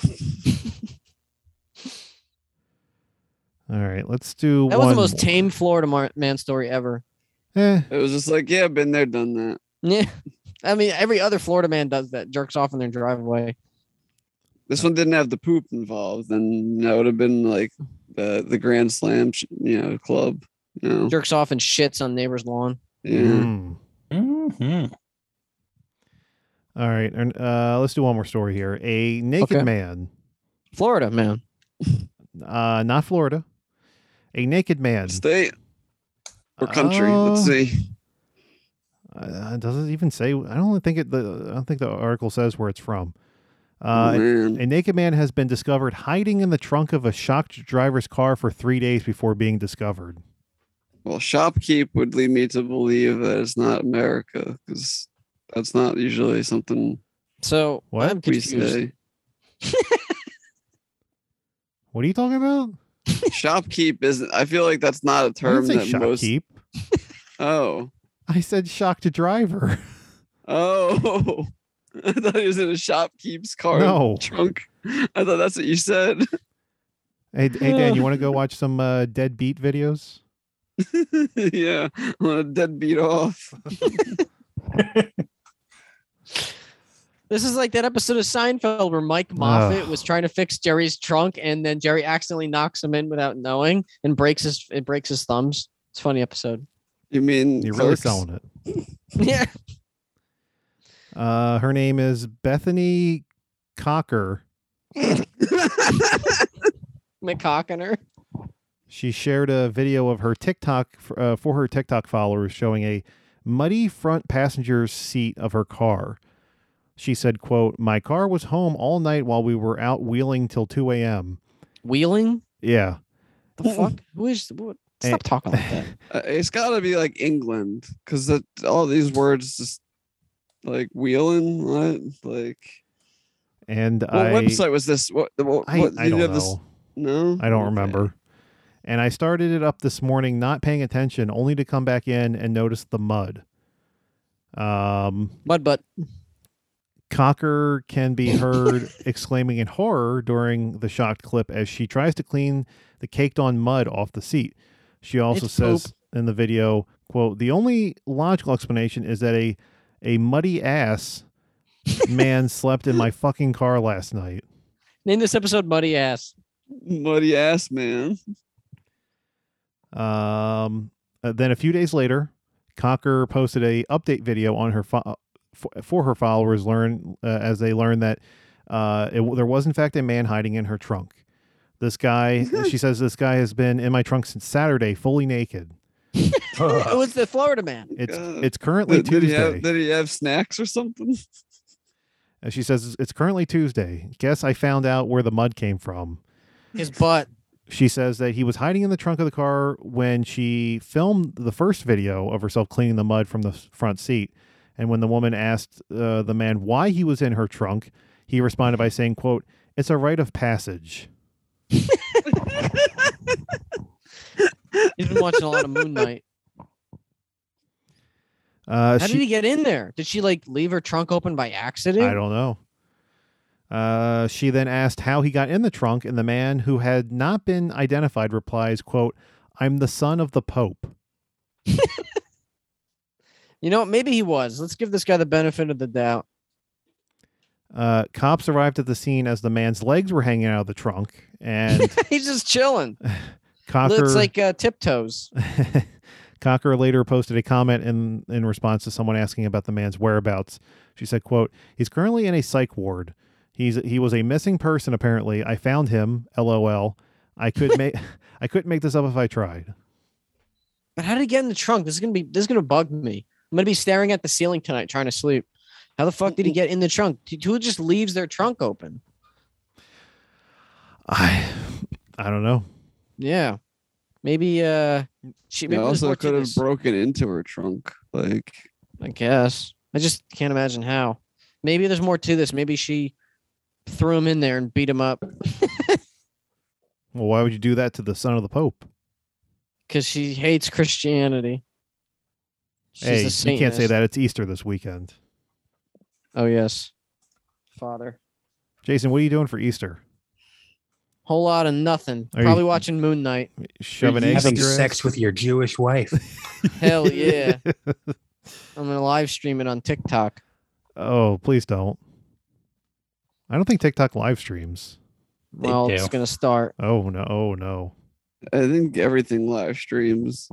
Speaker 5: All right, let's do
Speaker 4: That was
Speaker 5: one.
Speaker 4: the most
Speaker 5: more.
Speaker 4: tame Florida mar- man story ever.
Speaker 5: Eh,
Speaker 6: It was just like, yeah, been there, done that.
Speaker 4: Yeah. I mean, every other Florida man does that. Jerks off in their driveway.
Speaker 6: This one didn't have the poop involved, and that would have been like the the Grand Slam, sh- you know, club. You know?
Speaker 4: Jerks off and shits on neighbor's lawn.
Speaker 6: Yeah.
Speaker 5: hmm.
Speaker 7: hmm
Speaker 5: All right, and, uh, let's do one more story here. A naked
Speaker 4: Okay.
Speaker 5: man,
Speaker 4: Florida man.
Speaker 5: uh, not Florida. A naked man.
Speaker 6: State or country?
Speaker 5: Uh,
Speaker 6: Let's see.
Speaker 5: Uh, does it even say? I don't think it. The, I don't think the article says where it's from. Uh,
Speaker 6: oh, man.
Speaker 5: A naked man has been discovered hiding in the trunk of a shocked driver's car for three days before being discovered.
Speaker 6: Well, shopkeep would lead me to believe that it's not America because that's not usually something
Speaker 4: So
Speaker 5: What?
Speaker 4: I'm
Speaker 6: we
Speaker 4: confused.
Speaker 6: say.
Speaker 5: What are you talking about?
Speaker 6: shopkeep isn't. I feel like that's not a
Speaker 5: I didn't
Speaker 6: term
Speaker 5: say
Speaker 6: that most.
Speaker 5: shopkeep.
Speaker 6: Oh,
Speaker 5: I said shocked driver.
Speaker 6: oh! I thought he was in a shopkeep's car
Speaker 5: No.
Speaker 6: trunk. I thought that's what you said.
Speaker 5: Hey, hey Dan, you want to go watch some uh, dead beat videos?
Speaker 6: yeah, well, dead beat off.
Speaker 4: This is like that episode of Seinfeld where Mike Moffat was trying to fix Jerry's trunk, and then Jerry accidentally knocks him in without knowing and breaks his it breaks his thumbs. It's a funny episode.
Speaker 6: You mean
Speaker 5: You're really
Speaker 6: Clerks?
Speaker 5: selling it.
Speaker 4: Yeah.
Speaker 5: Uh, her name is Bethany Cocker.
Speaker 4: McCock on her.
Speaker 5: She shared a video of her TikTok f- uh, for her TikTok followers showing a muddy front passenger seat of her car. She said, "quote My car was home all night while we were out wheeling till 2 a.m.
Speaker 4: Wheeling?
Speaker 5: Yeah,
Speaker 4: The fuck? Who is what?
Speaker 5: Hey.
Speaker 4: Stop talking like that.
Speaker 6: Uh, It's got to be like England because that all these words just like wheeling. What like
Speaker 5: and
Speaker 6: what
Speaker 5: I,
Speaker 6: website was this? What what,
Speaker 5: I,
Speaker 6: what
Speaker 5: I don't know.
Speaker 6: this? No,
Speaker 5: I don't
Speaker 6: Okay.
Speaker 5: remember. And I started it up this morning, not paying attention, only to come back in and notice the mud. Um,
Speaker 4: Mud butt.
Speaker 5: Cocker can be heard exclaiming in horror during the shocked clip as she tries to clean the caked on mud off the seat. She also
Speaker 4: It's
Speaker 5: says in the video, quote, the only logical explanation is that a a muddy ass man slept in my fucking car last night.
Speaker 4: Name this episode Muddy Ass.
Speaker 6: Muddy ass man.
Speaker 5: Um, uh, then a few days later, Cocker posted a update video on her fo- for, for her followers learn uh, as they learn that uh, it, there was in fact a man hiding in her trunk. This guy, she says, this guy has been in my trunk since Saturday, fully naked.
Speaker 4: It was the Florida man.
Speaker 5: It's
Speaker 6: God.
Speaker 5: it's currently
Speaker 6: Did, did he
Speaker 5: Tuesday.
Speaker 6: have did he have snacks or something?
Speaker 5: And she says it's currently Tuesday. Guess I found out where the mud came from.
Speaker 4: His butt.
Speaker 5: She says that he was hiding in the trunk of the car when she filmed the first video of herself cleaning the mud from the s- front seat. And when the woman asked uh, the man why he was in her trunk, he responded by saying, "quote It's a rite of passage."
Speaker 4: He's been watching a lot of Moon Knight.
Speaker 5: Uh,
Speaker 4: How
Speaker 5: she-
Speaker 4: did he get in there? Did she like leave her trunk open by accident?
Speaker 5: I don't know. Uh, she then asked how he got in the trunk, and the man who had not been identified replies, "quote I'm the son of the Pope."
Speaker 4: You know, what? maybe he was. Let's give this guy the benefit of the doubt.
Speaker 5: Uh, cops arrived at the scene as the man's legs were hanging out of the trunk, and
Speaker 4: He's just chilling.
Speaker 5: Cocker.
Speaker 4: Looks like uh, tiptoes.
Speaker 5: Cocker later posted a comment in, in response to someone asking about the man's whereabouts. She said, quote, He's currently in a psych ward. He's he was a missing person apparently. I found him, LOL. I could make I couldn't make this up if I tried.
Speaker 4: But how did he get in the trunk? This is gonna be this is gonna bug me. I'm gonna be staring at the ceiling tonight trying to sleep. How the fuck did he get in the trunk? Dude, Who just leaves their trunk open?
Speaker 5: I I don't know.
Speaker 4: Yeah. Maybe uh she
Speaker 6: He
Speaker 4: maybe there's
Speaker 6: also
Speaker 4: more to
Speaker 6: could have
Speaker 4: this.
Speaker 6: broken into her trunk. Like
Speaker 4: I guess. I just can't imagine how. Maybe there's more to this. Maybe she threw him in there and beat him up
Speaker 5: Well, why would you do that to the son of the Pope?
Speaker 4: because she hates Christianity. She's
Speaker 5: hey,
Speaker 4: a
Speaker 5: you can't say
Speaker 4: Satanist.
Speaker 5: that. It's Easter this weekend.
Speaker 4: Oh yes, Father.
Speaker 5: Jason, what are you doing for Easter?
Speaker 4: Whole lot of nothing.
Speaker 5: Are you-
Speaker 4: Probably watching Moon Knight.
Speaker 5: Shove an egg
Speaker 7: having
Speaker 5: up your
Speaker 7: sex with your Jewish wife.
Speaker 4: Hell
Speaker 5: ass?
Speaker 4: yeah! I'm gonna live stream it on TikTok.
Speaker 5: oh, please don't. I don't think TikTok live streams.
Speaker 7: They
Speaker 4: well,
Speaker 7: do.
Speaker 4: it's gonna start.
Speaker 5: Oh no! Oh no!
Speaker 6: I think everything live streams.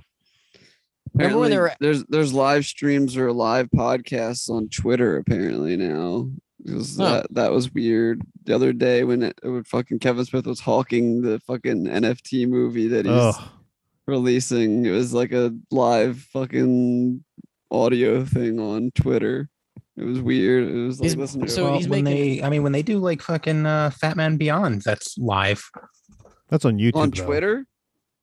Speaker 4: Remember when
Speaker 6: Apparently,
Speaker 4: they were-
Speaker 6: there's there's live streams or live podcasts on Twitter apparently now. 'Cause
Speaker 4: Huh.
Speaker 6: that, that was weird. The other day when it, when fucking Kevin Smith was hawking the fucking NFT movie that he's
Speaker 5: Ugh.
Speaker 6: releasing, it was like a live fucking audio thing on Twitter. It was weird. It was like
Speaker 4: He's-
Speaker 6: listening to
Speaker 4: so
Speaker 7: well,
Speaker 4: he's
Speaker 7: when
Speaker 4: making-
Speaker 7: they, I mean, when they do like fucking uh, Fat Man Beyond, that's live.
Speaker 5: That's on YouTube.
Speaker 6: on
Speaker 5: though.
Speaker 6: Twitter.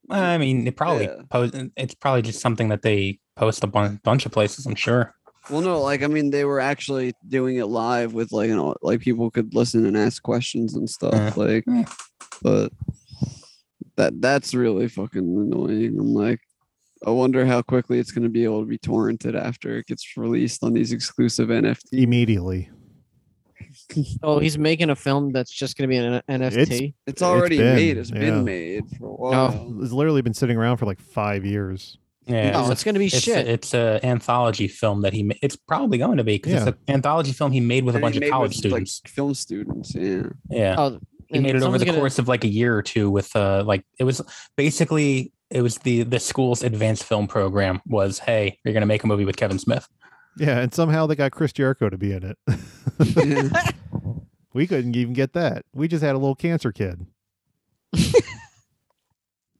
Speaker 7: I mean, it probably
Speaker 6: Yeah.
Speaker 7: post, it's probably just something that they post a bun- bunch of places. I'm sure.
Speaker 6: Well, no, like I mean, they were actually doing it live with like an au- like people could listen and ask questions and
Speaker 7: Uh-huh.
Speaker 6: stuff. Like,
Speaker 7: Yeah.
Speaker 6: but that that's really fucking annoying. I'm like, I wonder how quickly it's going to be able to be torrented after it gets released on these exclusive NFT.
Speaker 5: immediately.
Speaker 4: Oh, he's making a film that's just gonna be an N- NFT.
Speaker 6: It's already made.
Speaker 5: been-
Speaker 6: It's
Speaker 5: yeah.
Speaker 6: been made for
Speaker 7: Oh,
Speaker 6: a while.
Speaker 5: It's literally been sitting around for like five years.
Speaker 7: Yeah,
Speaker 4: no,
Speaker 7: it's,
Speaker 4: it's gonna be
Speaker 7: it's,
Speaker 4: shit.
Speaker 7: it's a anthology film that he. ma- It's probably going to be because it's
Speaker 5: Yeah.
Speaker 7: an anthology film he made with
Speaker 6: And
Speaker 7: a
Speaker 6: he
Speaker 7: bunch of
Speaker 6: made
Speaker 7: college
Speaker 6: with, like,
Speaker 7: students.
Speaker 6: film students. Yeah.
Speaker 7: yeah,
Speaker 4: oh,
Speaker 7: he
Speaker 4: and
Speaker 7: made it over
Speaker 4: someone's
Speaker 7: the
Speaker 4: gonna-
Speaker 7: course of like a year or two with uh like it was basically it was the the school's advanced film program was hey you're gonna make a movie with Kevin Smith
Speaker 5: Yeah, and somehow they got Chris Jericho to be in it.
Speaker 6: yeah.
Speaker 5: we couldn't even get that. We just had a little cancer kid.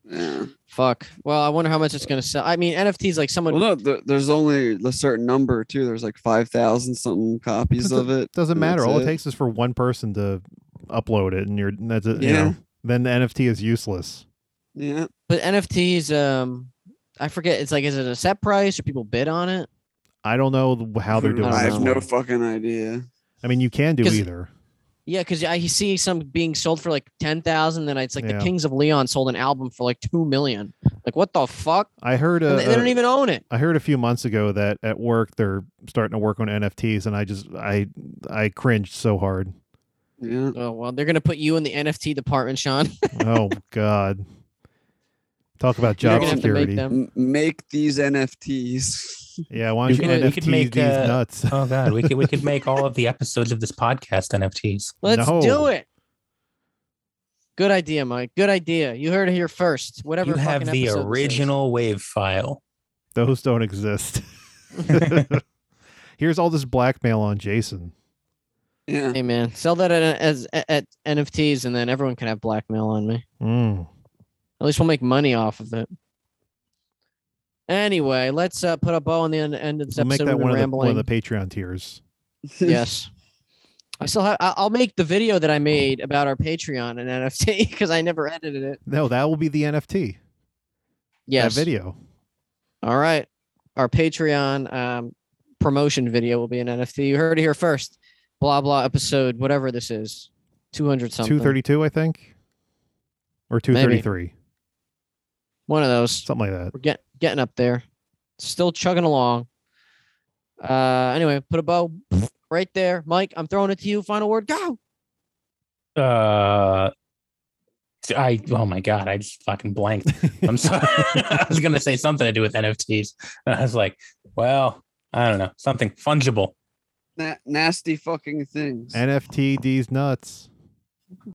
Speaker 6: yeah.
Speaker 4: Fuck. Well, I wonder how much it's gonna sell. I mean, NFTs like someone.
Speaker 6: Well, no, th- there's only a certain number too. There's like five thousand something copies
Speaker 5: But
Speaker 6: of it.
Speaker 5: Doesn't
Speaker 6: and
Speaker 5: matter.
Speaker 6: that's
Speaker 5: All it takes is for one person to upload it, and you're and that's it. You
Speaker 6: Yeah.
Speaker 5: know, then the NFT is useless.
Speaker 6: Yeah.
Speaker 4: But NFTs, um, I forget. It's like, is it a set price? or people bid on it?
Speaker 5: I don't know th- how they're doing.
Speaker 6: I
Speaker 5: this
Speaker 6: have
Speaker 5: one.
Speaker 6: no fucking idea.
Speaker 5: I mean, you can do
Speaker 4: 'Cause-
Speaker 5: either.
Speaker 4: Yeah, because I see some being sold for like ten thousand. Then it's like
Speaker 5: Yeah.
Speaker 4: the Kings of Leon sold an album for like two million. Like what the fuck?
Speaker 5: I heard.
Speaker 4: And
Speaker 5: Uh,
Speaker 4: they, they don't even own it.
Speaker 5: I heard a few months ago that at work they're starting to work on NFTs, and I just I I cringed so hard.
Speaker 6: Yeah.
Speaker 4: Oh well, they're gonna put you in the NFT department, Sean.
Speaker 5: oh God! Talk about
Speaker 4: You're
Speaker 5: job
Speaker 4: gonna have to make
Speaker 5: security.
Speaker 4: them.
Speaker 6: M- make these NFTs.
Speaker 5: Yeah, why don't
Speaker 7: You
Speaker 5: you,
Speaker 7: could- you
Speaker 5: NFTs
Speaker 7: could make,
Speaker 5: these
Speaker 7: uh,
Speaker 5: nuts?
Speaker 7: oh god we could we could make all of the episodes of this podcast NFTs
Speaker 4: Let's
Speaker 5: No.
Speaker 4: do it. Good idea, Mike. Good idea. You heard it here first. Whatever.
Speaker 7: you have
Speaker 4: fucking
Speaker 7: the
Speaker 4: episode this is.
Speaker 7: original wave file
Speaker 5: Those don't exist. Here's all this blackmail on Jason.
Speaker 6: Yeah.
Speaker 4: Hey man, sell that at, as at NFTs, and then everyone can have blackmail on me.
Speaker 5: Mm.
Speaker 4: At least we'll make money off of it. Anyway, let's uh, put a bow on the end, end of this
Speaker 5: We'll make
Speaker 4: episode.
Speaker 5: that
Speaker 4: We've been
Speaker 5: one of, the, one
Speaker 4: rambling.
Speaker 5: of the Patreon tiers.
Speaker 4: yes. I still have. I- I'll make the video that I made about our Patreon and NFT because I never edited it.
Speaker 5: No, that will be the NFT.
Speaker 4: Yes.
Speaker 5: That video.
Speaker 4: All right. Our Patreon um, promotion video will be an NFT. You heard it here first. Blah blah episode whatever this is, two hundred something.
Speaker 5: 232, I think. Or 233.
Speaker 4: One of those.
Speaker 5: Something like that.
Speaker 4: We're get, getting up there. Still chugging along. Uh anyway, put a bow right there. Mike, I'm throwing it to you. Final word. Go.
Speaker 7: uh I oh my god I just fucking blanked I'm sorry I was gonna say something to do with NFTs and I was like well I don't know something fungible
Speaker 6: Na- nasty fucking things.
Speaker 5: NFT these nuts.